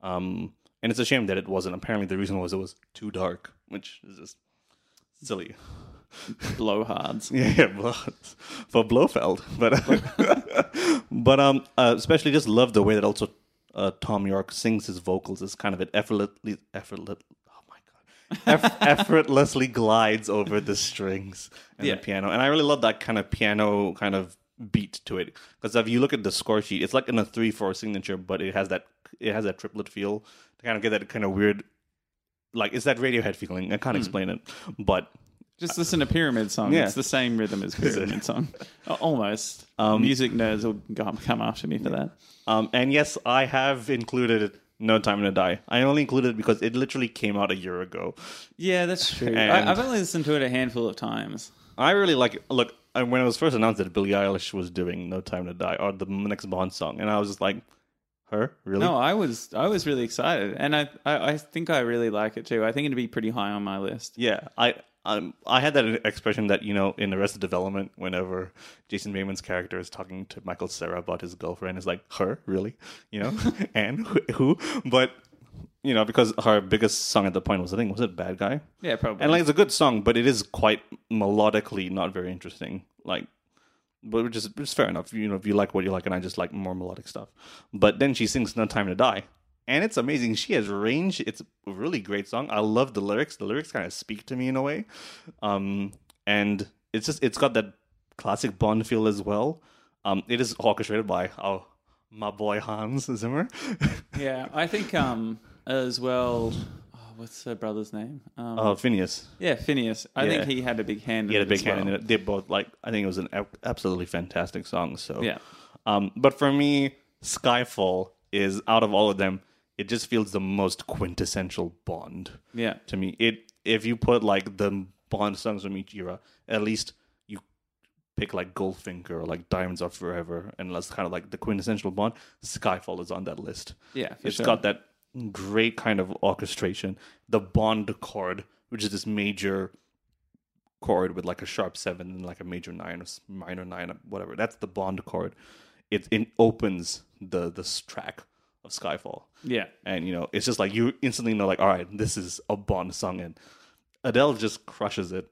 [SPEAKER 2] Um, and it's a shame that it wasn't. Apparently, the reason was it was too dark, which is just silly.
[SPEAKER 1] blowhards.
[SPEAKER 2] Yeah, yeah, well, for Blofeld, but but um, uh, especially just love the way that also uh, Tom York sings his vocals is kind of it effortlessly effortless. Oh my god, eff- effortlessly glides over the strings and
[SPEAKER 1] Yeah.
[SPEAKER 2] the piano, and I really love that kind of piano kind of beat to it because if you look at the score sheet, it's like in a three four signature, but it has that it has that triplet feel to kind of get that kind of weird. Like it's that Radiohead feeling. I can't explain it, but
[SPEAKER 1] Just listen to Pyramid Song.
[SPEAKER 2] Yeah.
[SPEAKER 1] It's the same rhythm as Pyramid Um, Song. Al- Almost. Music nerds will go- come after me for that.
[SPEAKER 2] Um, and yes, I have included No Time to Die. I only included it because it literally came out a year ago.
[SPEAKER 1] Yeah, that's true.
[SPEAKER 2] And-
[SPEAKER 1] I, I've only listened to it a handful of times.
[SPEAKER 2] I really like it. Look, I- when it was first announced that Billie Eilish was doing No Time to Die or the next Bond song, and I was just like, her? Really?
[SPEAKER 1] No, I was I was really excited, and I, I I think I really like it too. I think it'd be pretty high on my list.
[SPEAKER 2] Yeah, I um, I had that expression that you know in Arrested Development, whenever Jason Bateman's character is talking to Michael Sarah about his girlfriend, is like her really, you know, and who, who, but you know because her biggest song at the point was I think was it Bad Guy?
[SPEAKER 1] Yeah, probably.
[SPEAKER 2] And like it's a good song, but it is quite melodically not very interesting. Like, but which is which is fair enough. You know, if you like what you like, and I just like more melodic stuff. But then she sings "No Time to Die," and it's amazing. She has range. It's a really great song. I love the lyrics. The lyrics kind of speak to me in a way, um, and it's just it's got that classic Bond feel as well. Um, it is orchestrated by oh, my boy Hans Zimmer.
[SPEAKER 1] yeah, I think um as well. Oh, what's her brother's name? Um,
[SPEAKER 2] uh, Phineas.
[SPEAKER 1] yeah, Phineas. I
[SPEAKER 2] yeah.
[SPEAKER 1] think he had a big hand.
[SPEAKER 2] He had a big
[SPEAKER 1] as
[SPEAKER 2] hand
[SPEAKER 1] well.
[SPEAKER 2] in it. They both like I think it was an ab- absolutely fantastic song. So
[SPEAKER 1] Yeah.
[SPEAKER 2] Um, but for me, Skyfall is out of all of them, it just feels the most quintessential Bond
[SPEAKER 1] Yeah,
[SPEAKER 2] to me. It if you put like the Bond songs from each era, at least you pick like Goldfinger or like Diamonds Are Forever, and that's kind of like the quintessential Bond. Skyfall is on that list.
[SPEAKER 1] yeah. For
[SPEAKER 2] It's
[SPEAKER 1] sure.
[SPEAKER 2] got that great kind of orchestration, the bond chord, which is this major chord with like a sharp seven and like a major nine or s- minor nine, whatever. That's the bond chord. It it opens the this track of Skyfall,
[SPEAKER 1] yeah.
[SPEAKER 2] and you know it's just like you instantly know like all right, this is a Bond song, and Adele just crushes it.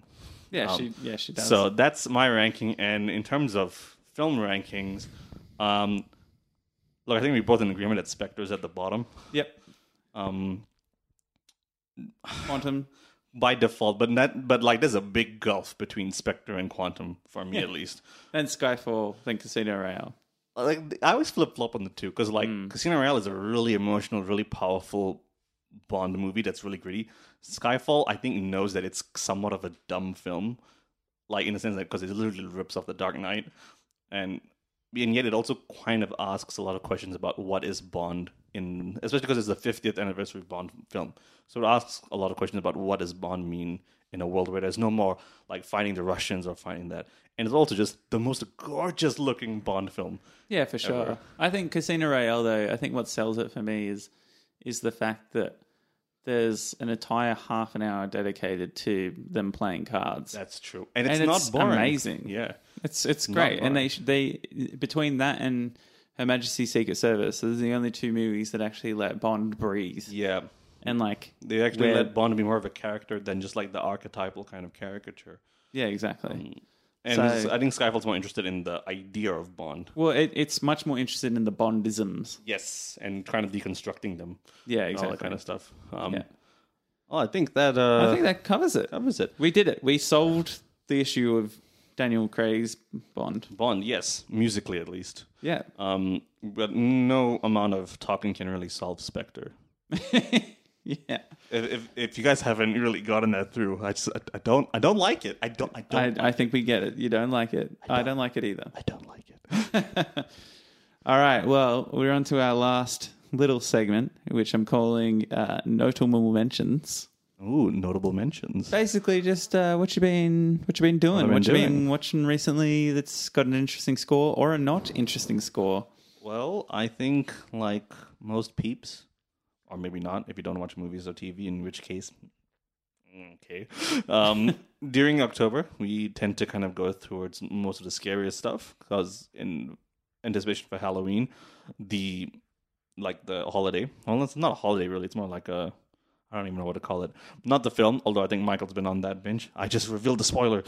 [SPEAKER 1] Yeah, she yeah she does.
[SPEAKER 2] Um, So that's my ranking. And in terms of film rankings, um, look, I think we both in agreement that Spectre's at the bottom.
[SPEAKER 1] yep,
[SPEAKER 2] Um,
[SPEAKER 1] Quantum.
[SPEAKER 2] by default, but not but like there's a big gulf between Spectre and Quantum for me at least.
[SPEAKER 1] Then Skyfall, then Casino Royale.
[SPEAKER 2] Like I always flip flop on the two because like Casino Royale is a really emotional, really powerful Bond movie that's really gritty. Skyfall, I think, knows that it's somewhat of a dumb film, like in a sense that because it literally rips off The Dark Knight, and and yet it also kind of asks a lot of questions about what is Bond in, especially because it's the 50th anniversary Bond film. So it asks a lot of questions about what does Bond mean in a world where there's no more like finding the Russians or finding that, and it's also just the most gorgeous looking Bond film.
[SPEAKER 1] Yeah, for sure. I think Casino Royale, though, I think what sells it for me is is the fact that there's an entire half an hour dedicated to them playing cards.
[SPEAKER 2] That's true, and it's
[SPEAKER 1] And
[SPEAKER 2] not
[SPEAKER 1] it's
[SPEAKER 2] boring.
[SPEAKER 1] amazing.
[SPEAKER 2] Yeah,
[SPEAKER 1] It's it's great,
[SPEAKER 2] boring.
[SPEAKER 1] and they should they between that and Her Majesty's Secret Service, those are the only two movies that actually let Bond breathe
[SPEAKER 2] yeah.
[SPEAKER 1] and like
[SPEAKER 2] They actually
[SPEAKER 1] Where-
[SPEAKER 2] let Bond be more of a character than just like the archetypal kind of caricature.
[SPEAKER 1] yeah, exactly.
[SPEAKER 2] Mm. And
[SPEAKER 1] So-
[SPEAKER 2] this is- I think Skyfall's more interested in the idea of Bond.
[SPEAKER 1] Well, it, it's much more interested in the Bondisms.
[SPEAKER 2] Yes, and kind of deconstructing them.
[SPEAKER 1] Yeah,
[SPEAKER 2] and All
[SPEAKER 1] exactly.
[SPEAKER 2] Oh, that kind of stuff. Um,
[SPEAKER 1] Yeah.
[SPEAKER 2] Oh, I think that uh,
[SPEAKER 1] I think that covers it.
[SPEAKER 2] covers it.
[SPEAKER 1] We did it. We solved the issue of Daniel Craig's Bond.
[SPEAKER 2] Bond, yes, musically at least.
[SPEAKER 1] Yeah.
[SPEAKER 2] Um, but no amount of talking can really solve Spectre.
[SPEAKER 1] yeah.
[SPEAKER 2] If, if, if you guys haven't really gotten that through, I just I, I don't I don't like it. I don't I don't
[SPEAKER 1] I, I think we get it. You don't like it. I don't like it either.
[SPEAKER 2] I don't like it.
[SPEAKER 1] All right. Well, we're on to our last little segment, which I'm calling uh, notable mentions.
[SPEAKER 2] Ooh, notable mentions.
[SPEAKER 1] Basically, just uh, what you been what you been doing,
[SPEAKER 2] What
[SPEAKER 1] what,
[SPEAKER 2] I've
[SPEAKER 1] you
[SPEAKER 2] been
[SPEAKER 1] been
[SPEAKER 2] doing.
[SPEAKER 1] watching recently that's got an interesting score or a not interesting score.
[SPEAKER 2] Well, I think like most peeps, or maybe not if you don't watch movies or TV, in which case, mm, okay. Um, during October, we tend to kind of go towards most of the scariest stuff because in anticipation for Halloween, the like the holiday. Well, it's not a holiday really. It's more like a I don't even know what to call it. Not the film, although I think Michael's been on that binge. I just revealed the spoiler.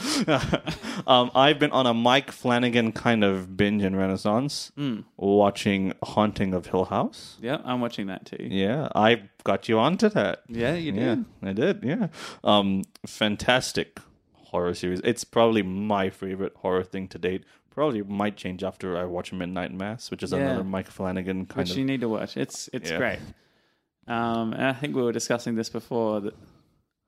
[SPEAKER 2] um, I've been on a Mike Flanagan kind of binge in Renaissance, watching Haunting of Hill House.
[SPEAKER 1] Yeah, I'm watching that too. Yeah,
[SPEAKER 2] Yeah, I got you onto that.
[SPEAKER 1] you did.
[SPEAKER 2] Yeah, I did. Yeah, um, fantastic horror series. It's probably my favorite horror thing to date. Probably might change after I watch Midnight Mass, which is
[SPEAKER 1] Yeah.
[SPEAKER 2] another Mike Flanagan kind
[SPEAKER 1] which
[SPEAKER 2] of
[SPEAKER 1] you need to watch. It's it's
[SPEAKER 2] Yeah.
[SPEAKER 1] great. Um, and I think we were discussing this before. That,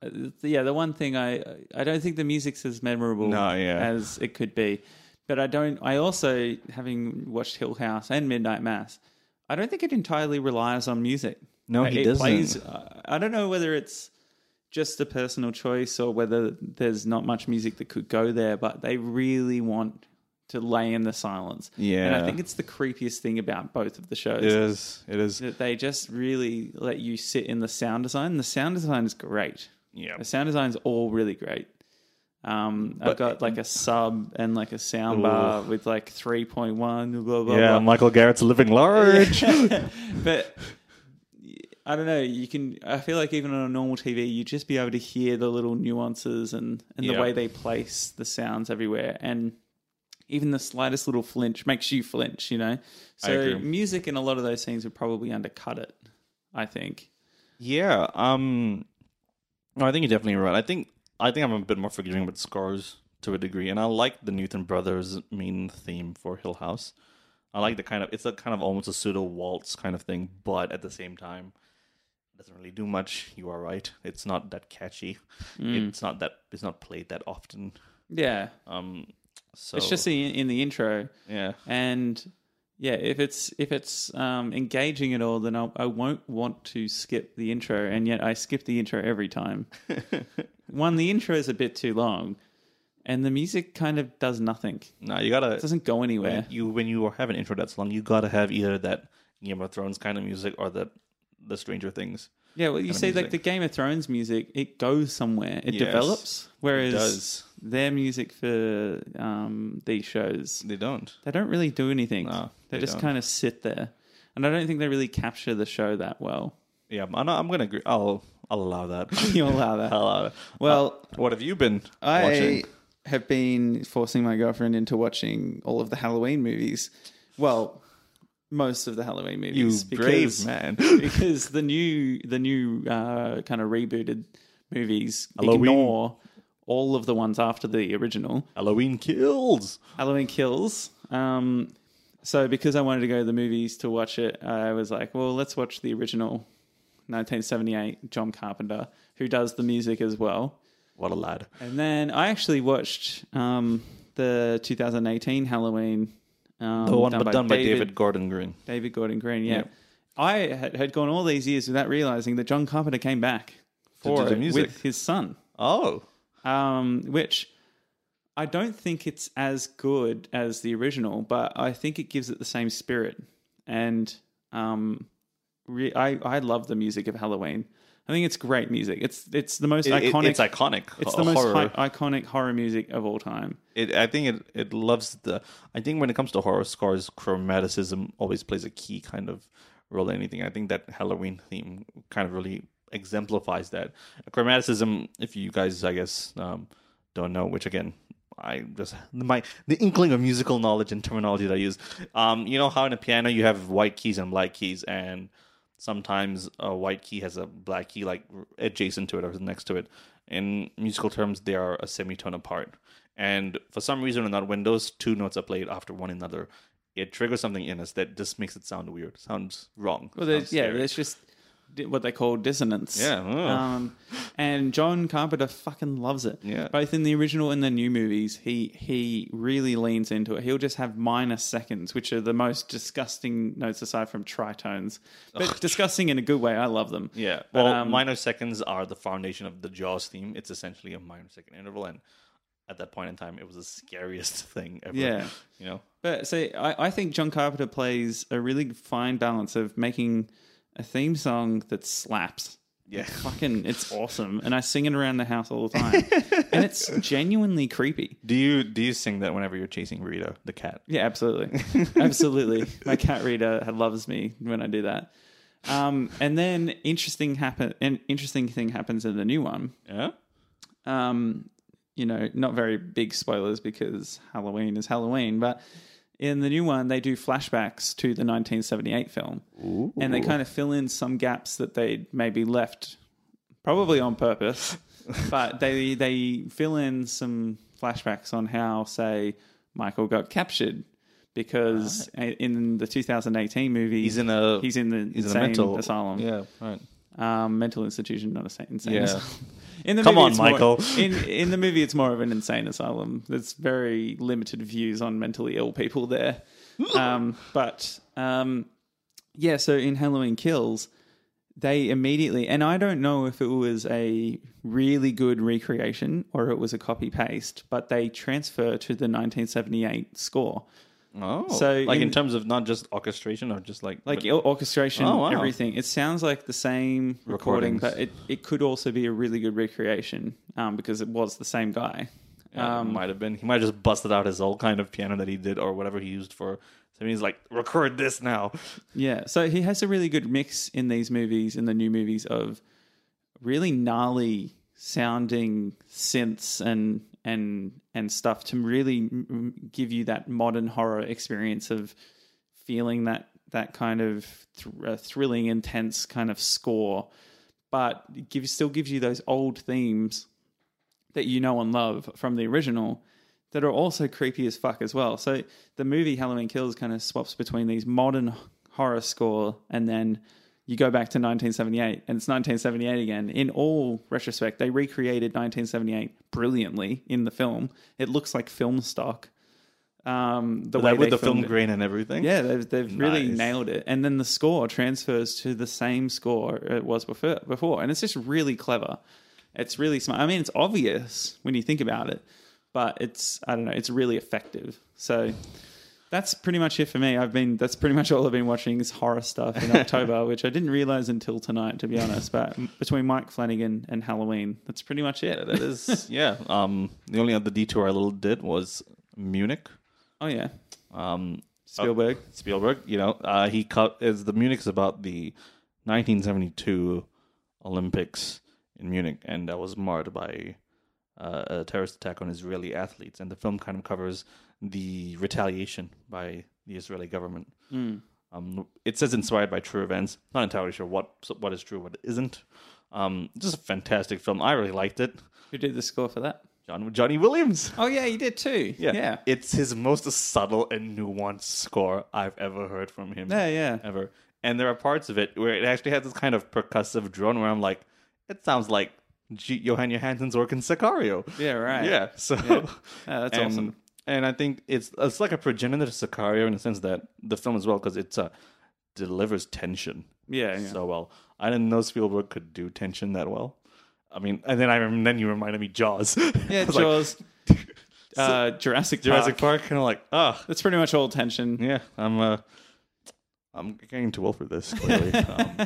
[SPEAKER 1] uh, yeah, the one thing I I don't think the music's as memorable
[SPEAKER 2] No, yeah.
[SPEAKER 1] as it could be, but I don't. I also having watched Hill House and Midnight Mass, I don't think it entirely relies on music.
[SPEAKER 2] No,
[SPEAKER 1] Uh,
[SPEAKER 2] he
[SPEAKER 1] it
[SPEAKER 2] doesn't.
[SPEAKER 1] Plays, I I don't know whether it's just a personal choice or whether there's not much music that could go there, but they really want to lay in the silence. and I
[SPEAKER 2] Yeah.
[SPEAKER 1] think it's the creepiest thing about both of the shows
[SPEAKER 2] It is. It is.
[SPEAKER 1] that they just really let you sit in the sound design. The sound design is great.
[SPEAKER 2] Yeah.
[SPEAKER 1] The sound design's all really great. Um, I've
[SPEAKER 2] But-
[SPEAKER 1] got like a sub and like a sound bar with like 3.1, blah, blah,
[SPEAKER 2] Yeah,
[SPEAKER 1] blah.
[SPEAKER 2] Michael Garrett's living large.
[SPEAKER 1] But I don't know. You can, I feel like even on a normal TV, you'd just be able to hear the little nuances and, and the
[SPEAKER 2] Yeah.
[SPEAKER 1] way they place the sounds everywhere. And even the slightest little flinch makes you flinch, you know? So
[SPEAKER 2] agree.
[SPEAKER 1] music in a lot of those things would probably undercut it, I think.
[SPEAKER 2] yeah. Um. No, I think you're definitely right. I think I think I'm a bit more forgiving with scars to a degree, and I like the Newton Brothers main theme for Hill House. I like the kind of it's a kind of almost a pseudo waltz kind of thing, but at the same time, it doesn't really do much. You are right. It's not that catchy.
[SPEAKER 1] Hmm.
[SPEAKER 2] It's not that it's not played that often.
[SPEAKER 1] Yeah.
[SPEAKER 2] Um. So
[SPEAKER 1] It's just in, in the intro.
[SPEAKER 2] yeah.
[SPEAKER 1] and yeah if it's if it's um, engaging at all then I'll, i won't want to skip the intro and yet i skip the intro every time one the intro is a bit too long and the music kind of does nothing it
[SPEAKER 2] No, you gotta
[SPEAKER 1] doesn't go anywhere
[SPEAKER 2] you when you have an intro that's long, you gotta have either that Game of Thrones kind of music or the the Stranger Things.
[SPEAKER 1] yeah well you
[SPEAKER 2] of
[SPEAKER 1] see like
[SPEAKER 2] music.
[SPEAKER 1] the game of thrones music it goes somewhere it
[SPEAKER 2] Yes,
[SPEAKER 1] develops whereas
[SPEAKER 2] does.
[SPEAKER 1] their music for um, these shows
[SPEAKER 2] They don't.
[SPEAKER 1] they don't really do anything
[SPEAKER 2] No,
[SPEAKER 1] they,
[SPEAKER 2] they
[SPEAKER 1] just
[SPEAKER 2] don't.
[SPEAKER 1] kind of sit there and i don't think they really capture the show that well
[SPEAKER 2] Yeah, I'm, I'm gonna agree. I'll I'll allow that.
[SPEAKER 1] you allow that
[SPEAKER 2] I'll allow that.
[SPEAKER 1] Well,
[SPEAKER 2] Uh, what have you been
[SPEAKER 1] I
[SPEAKER 2] watching?
[SPEAKER 1] have been forcing my girlfriend into watching all of the Halloween movies. Well, most of the Halloween
[SPEAKER 2] You
[SPEAKER 1] movies.
[SPEAKER 2] brave man.
[SPEAKER 1] because the new the new uh, kind of rebooted movies
[SPEAKER 2] Halloween.
[SPEAKER 1] ignore all of the ones after the original.
[SPEAKER 2] Halloween kills.
[SPEAKER 1] Halloween Kills. Um, so because I wanted to go to the movies to watch it, I was like, well, let's watch the original 1978 John Carpenter, who does the music as well.
[SPEAKER 2] What a lad.
[SPEAKER 1] And then I actually watched um, the 2018 Halloween. Um,
[SPEAKER 2] The one but done by David, Gordon Green.
[SPEAKER 1] David Gordon Green, yeah.
[SPEAKER 2] Yep.
[SPEAKER 1] I had, had gone all these years without realizing that John Carpenter came back
[SPEAKER 2] do
[SPEAKER 1] for
[SPEAKER 2] the
[SPEAKER 1] it
[SPEAKER 2] music.
[SPEAKER 1] with his son,
[SPEAKER 2] Oh,
[SPEAKER 1] um, which I don't think it's as good as the original, but I think it gives it the same spirit. And um, re- I, I love the music of Halloween. I think it's great music. It's it's the most
[SPEAKER 2] It- it-
[SPEAKER 1] iconic.
[SPEAKER 2] it's iconic.
[SPEAKER 1] It's
[SPEAKER 2] uh,
[SPEAKER 1] the most
[SPEAKER 2] horror.
[SPEAKER 1] hi- iconic horror music of all time.
[SPEAKER 2] it I think it it loves the I think when it comes to horror scores, chromaticism always plays a key kind of role in anything. I think that Halloween theme kind of really exemplifies that. Chromaticism, if you guys I guess um, don't know, which again I just my the inkling of musical knowledge and terminology that I use. Um, you know how in a piano you have white keys and black keys and sometimes a white key has a black key like adjacent to it or next to it in musical terms they are a semitone apart and for some reason or not when those two notes are played after one another it triggers something in us that just makes it sound weird sounds wrong
[SPEAKER 1] Well, there's,
[SPEAKER 2] sounds
[SPEAKER 1] yeah,
[SPEAKER 2] scary.
[SPEAKER 1] there's just di- what they call dissonance.
[SPEAKER 2] Yeah, oh.
[SPEAKER 1] Um, and John Carpenter fucking loves it.
[SPEAKER 2] Yeah.
[SPEAKER 1] Both in the original and the new movies, he he really leans into it. He'll just have minor seconds, which are the most disgusting notes aside from tritones, but disgusting in a good way. I love them.
[SPEAKER 2] Yeah.
[SPEAKER 1] But,
[SPEAKER 2] well,
[SPEAKER 1] um,
[SPEAKER 2] minor seconds are the foundation of the Jaws theme. It's essentially a minor second interval, and at that point in time, it was the scariest thing ever.
[SPEAKER 1] Yeah.
[SPEAKER 2] You know.
[SPEAKER 1] But see, I, I think John Carpenter plays a really fine balance of making a theme song that slaps.
[SPEAKER 2] Yeah.
[SPEAKER 1] Fucking, it's awesome, and I sing it around the house all the time, and it's genuinely creepy.
[SPEAKER 2] Do you do you sing that whenever you're chasing Rita the cat?
[SPEAKER 1] Yeah, absolutely, absolutely. My cat reader loves me when I do that. Um, and then interesting happen, an interesting thing happens in the new one.
[SPEAKER 2] Yeah.
[SPEAKER 1] um, you know, not very big spoilers because Halloween is Halloween, but in the new one, they do flashbacks to the 1978 film and they kind of fill in some gaps that they maybe left probably on purpose, but they, they fill in some flashbacks on how, say, Michael got captured because in the 2018 movie,
[SPEAKER 2] He's in a
[SPEAKER 1] he's in the
[SPEAKER 2] he's in a
[SPEAKER 1] insane
[SPEAKER 2] mental
[SPEAKER 1] asylum
[SPEAKER 2] Yeah. Right.
[SPEAKER 1] um, mental institution, not a sa- insane
[SPEAKER 2] Yeah.
[SPEAKER 1] asylum. In the
[SPEAKER 2] Come
[SPEAKER 1] movie,
[SPEAKER 2] on,
[SPEAKER 1] it's more-
[SPEAKER 2] Michael.
[SPEAKER 1] in in the movie, it's more of an insane asylum. There's very limited views on mentally ill people there. Um, but um, yeah, so in Halloween Kills, they immediately and I don't know if it was a really good recreation or it was a copy paste, but they transfer to the 1978 score.
[SPEAKER 2] Oh.
[SPEAKER 1] So
[SPEAKER 2] like in,
[SPEAKER 1] in-
[SPEAKER 2] terms of not just orchestration or just like
[SPEAKER 1] like
[SPEAKER 2] but-
[SPEAKER 1] or- orchestration,
[SPEAKER 2] Oh, wow.
[SPEAKER 1] everything. It sounds like the same recording,
[SPEAKER 2] Recordings.
[SPEAKER 1] but it, it could also be a really good recreation um, because it was the same guy.
[SPEAKER 2] Yeah,
[SPEAKER 1] um,
[SPEAKER 2] it might have been. He might have just busted out his old kind of piano that he did or whatever he used for. So he's like, record this now.
[SPEAKER 1] Yeah, so he has a really good mix in these movies, in the new movies, of really gnarly sounding synths and and and stuff to really mm, mm, give you that modern horror experience of feeling that that kind of thr- uh, thrilling, intense kind of score, but it gives still gives you those old themes that you know and love from the original that are also creepy as fuck as well. So the movie Halloween Kills kind of swaps between these modern h- horror score and then you go back to 1978 and it's 1978 again. In all retrospect, they recreated 1978 brilliantly in the film. It looks like film stock. Um, the way
[SPEAKER 2] Like with
[SPEAKER 1] they
[SPEAKER 2] the film
[SPEAKER 1] filmed it.
[SPEAKER 2] grain and everything.
[SPEAKER 1] Yeah, they've, they've really
[SPEAKER 2] Nice.
[SPEAKER 1] nailed it. And then the score transfers to the same score it was before, before. And it's just really clever. It's really smart. I mean, it's obvious when you think about it, but it's, I don't know, it's really effective. So that's pretty much it for me. I've been, that's pretty much all I've been watching is horror stuff in October, which I didn't realize until tonight, to be honest. But between Mike Flanagan and Halloween, that's pretty much it.
[SPEAKER 2] That is, yeah. Um, the only other detour I little did was Munich.
[SPEAKER 1] Oh, yeah.
[SPEAKER 2] Um,
[SPEAKER 1] Spielberg.
[SPEAKER 2] Spielberg, you know, uh, he cut is the Munich's about the 1972 Olympics in Munich, and that was marred by uh, a terrorist attack on Israeli athletes, and the film kind of covers the retaliation by the Israeli government.
[SPEAKER 1] Hmm.
[SPEAKER 2] Um, it says inspired by true events. Not entirely sure what what is true, what isn't. Um, just a fantastic film. I really liked it.
[SPEAKER 1] Who did the score for that?
[SPEAKER 2] John Johnny Williams.
[SPEAKER 1] Oh, yeah, he did too.
[SPEAKER 2] Yeah.
[SPEAKER 1] Yeah.
[SPEAKER 2] It's his most subtle and nuanced score I've ever heard from him.
[SPEAKER 1] Yeah, yeah.
[SPEAKER 2] Ever. And there are parts of it where it actually has this kind of percussive drone where I'm like, it sounds like G- Johan Johansson's work in Sicario.
[SPEAKER 1] Yeah, right.
[SPEAKER 2] Yeah. So
[SPEAKER 1] Yeah, that's
[SPEAKER 2] and,
[SPEAKER 1] awesome.
[SPEAKER 2] And I think it's it's like a progenitor to Sicario in the sense that the film as well because it's uh, delivers tension
[SPEAKER 1] Yeah, yeah.
[SPEAKER 2] so well. I didn't know Spielberg could do tension that well. I mean, and then I rem- then you reminded me Jaws.
[SPEAKER 1] Yeah,
[SPEAKER 2] I was like,
[SPEAKER 1] Jaws. uh, Jurassic
[SPEAKER 2] Jurassic
[SPEAKER 1] Park.
[SPEAKER 2] Park, kind of like, ah,
[SPEAKER 1] That's pretty much all tension.
[SPEAKER 2] Yeah, I'm. Uh, I'm getting too old for this. Clearly. um,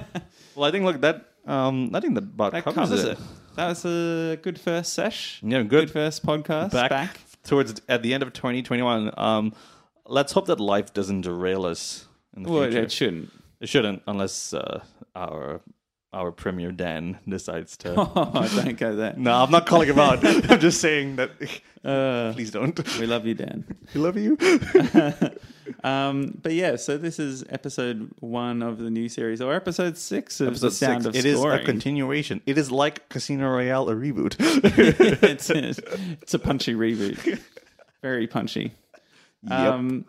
[SPEAKER 2] well, I think look that. Um, I think that about
[SPEAKER 1] That
[SPEAKER 2] covers, it.
[SPEAKER 1] That was a good first sesh.
[SPEAKER 2] Yeah, good.
[SPEAKER 1] Good first podcast.
[SPEAKER 2] back,
[SPEAKER 1] Back.
[SPEAKER 2] towards at the end of 2021. Um, let's hope that life doesn't derail us in the
[SPEAKER 1] Well,
[SPEAKER 2] future.
[SPEAKER 1] it shouldn't.
[SPEAKER 2] It shouldn't, unless uh, our our premier Dan decides to.
[SPEAKER 1] Oh, don't go there.
[SPEAKER 2] No, I'm not calling him out. I'm just saying that.
[SPEAKER 1] Uh,
[SPEAKER 2] Please don't.
[SPEAKER 1] we love you, Dan.
[SPEAKER 2] We love you.
[SPEAKER 1] Um, but yeah, so this is episode one of the new series, or episode six of
[SPEAKER 2] Episode
[SPEAKER 1] the Sound of
[SPEAKER 2] six. It is
[SPEAKER 1] Scoring.
[SPEAKER 2] a continuation. It is like Casino Royale, a reboot.
[SPEAKER 1] it's, it's a punchy reboot. Very punchy. Um,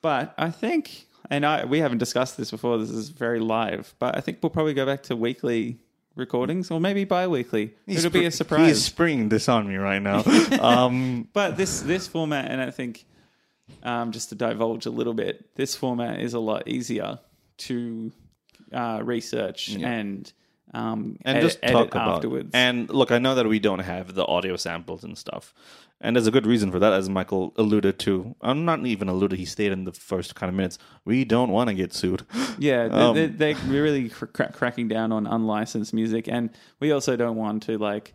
[SPEAKER 1] but I think and I, we haven't discussed this before. This is very live, but I think we'll probably go back to weekly recordings or maybe bi-weekly. It'll be a surprise.
[SPEAKER 3] He's springing this on me right now. um,
[SPEAKER 1] But this this format, and I think um, just to divulge a little bit, this format is a lot easier to uh, research and um,
[SPEAKER 2] and
[SPEAKER 1] ed-
[SPEAKER 2] just
[SPEAKER 1] edit
[SPEAKER 2] talk about
[SPEAKER 1] afterwards.
[SPEAKER 2] And look, I know that we don't have the audio samples and stuff, and there's a good reason for that, as Michael alluded to. I'm not even alluded; he stayed in the first kind of minutes. We don't want to get sued.
[SPEAKER 1] yeah,
[SPEAKER 2] Um,
[SPEAKER 1] they, they, they're really cr- cra- cracking down on unlicensed music, and we also don't want to like,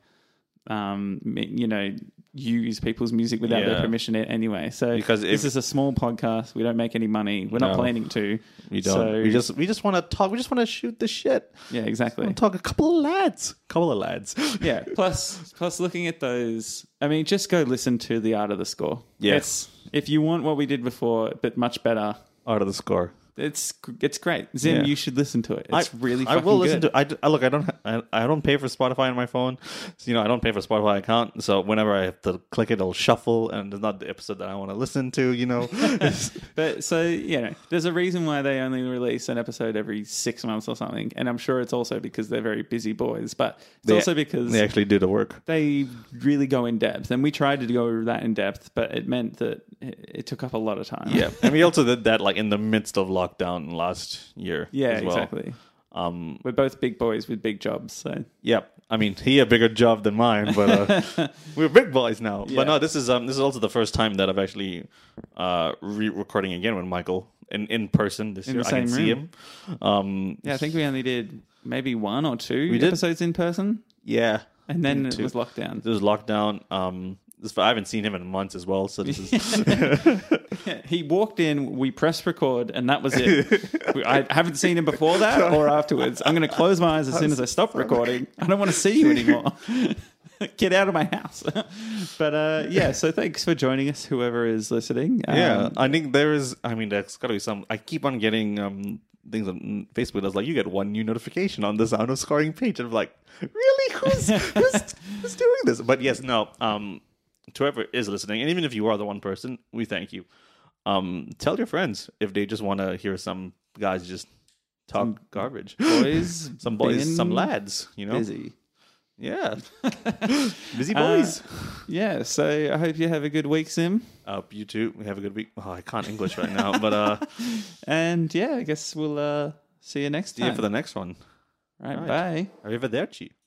[SPEAKER 1] um, m- you know, use people's music without
[SPEAKER 2] Yeah.
[SPEAKER 1] their permission a- anyway. So
[SPEAKER 2] Because if-
[SPEAKER 1] this is a small podcast, we don't make any money. We're
[SPEAKER 2] No.
[SPEAKER 1] not planning to.
[SPEAKER 2] We don't.
[SPEAKER 1] So,
[SPEAKER 2] we just we just want to talk. We just want to shoot the shit.
[SPEAKER 1] yeah, exactly.
[SPEAKER 2] Wanna Talk a couple of lads, couple of lads.
[SPEAKER 1] yeah. Plus, plus, looking at those, I mean, just go listen to the art of the score.
[SPEAKER 2] Yeah.
[SPEAKER 1] It's- if you want what we did before, but much better,
[SPEAKER 2] Out of the score.
[SPEAKER 1] it's it's great. Zim,
[SPEAKER 2] Yeah.
[SPEAKER 1] you should listen to it. It's really.
[SPEAKER 2] I
[SPEAKER 1] Fucking
[SPEAKER 2] will listen
[SPEAKER 1] good.
[SPEAKER 2] to. I, d- I- look. I don't. ha- I, I don't pay for Spotify on my phone. So, you know, I don't pay for Spotify account. So whenever I have to click it, it'll shuffle, and it's not the episode that I want to listen to. You know.
[SPEAKER 1] But so you know, there's a reason why they only release an episode every six months or something, and I'm sure it's also because they're very busy boys. But it's
[SPEAKER 2] They-
[SPEAKER 1] also because
[SPEAKER 2] they actually do the work.
[SPEAKER 1] they really go in depth, and we tried to go that in depth, but it meant that it, it took up a lot of time.
[SPEAKER 2] Yeah, and we also did that like in the midst of lockdown last year.
[SPEAKER 1] yeah,
[SPEAKER 2] as well.
[SPEAKER 1] exactly.
[SPEAKER 2] Um,
[SPEAKER 1] We're both big boys with big jobs, so
[SPEAKER 2] yeah, I mean, he had a bigger job than mine, but uh, we're big boys now.
[SPEAKER 1] Yeah.
[SPEAKER 2] But no, this is um, this is also the first time that I've actually uh, re-recording again with Michael in, in person this
[SPEAKER 1] In
[SPEAKER 2] year.
[SPEAKER 1] the
[SPEAKER 2] I can
[SPEAKER 1] same
[SPEAKER 2] see him.
[SPEAKER 1] room.
[SPEAKER 2] Um,
[SPEAKER 1] Yeah, I think we only did maybe one or two
[SPEAKER 2] did.
[SPEAKER 1] episodes in person,
[SPEAKER 2] yeah,
[SPEAKER 1] and then it
[SPEAKER 2] Two.
[SPEAKER 1] was lockdown.
[SPEAKER 2] There was lockdown. Um, this, I haven't seen him in months as well, so this is
[SPEAKER 1] He walked in, we pressed record, and that was it. We- I haven't seen him before that or afterwards. I'm going to close my eyes as soon as I stop recording. I don't want to see you anymore. Get out of my house. but uh, yeah, so thanks for joining us, whoever is listening. Um,
[SPEAKER 2] Yeah, I think there is. I mean, there's got to be some. I keep on getting um things on Facebook that's like you get one new notification on the sound of scoring page, and I'm like, really, who's who's, who's doing this? But yes, no. Um, to whoever is listening, and even if you are the one person, we thank you. Um, tell your friends if they just want to hear some guys just talk garbage,
[SPEAKER 1] Boys,
[SPEAKER 2] some boys,
[SPEAKER 1] been
[SPEAKER 2] some lads, you know,
[SPEAKER 1] Busy.
[SPEAKER 2] yeah, busy boys.
[SPEAKER 1] Yeah, so I hope you have a good week, Sim.
[SPEAKER 2] Up you too. Have a good week. Oh, I can't English right now, but uh,
[SPEAKER 1] And yeah, I guess we'll uh, see you next
[SPEAKER 2] see
[SPEAKER 1] time.
[SPEAKER 2] you for the next one.
[SPEAKER 1] All right,
[SPEAKER 2] Right.
[SPEAKER 1] bye.
[SPEAKER 2] Arrivederci.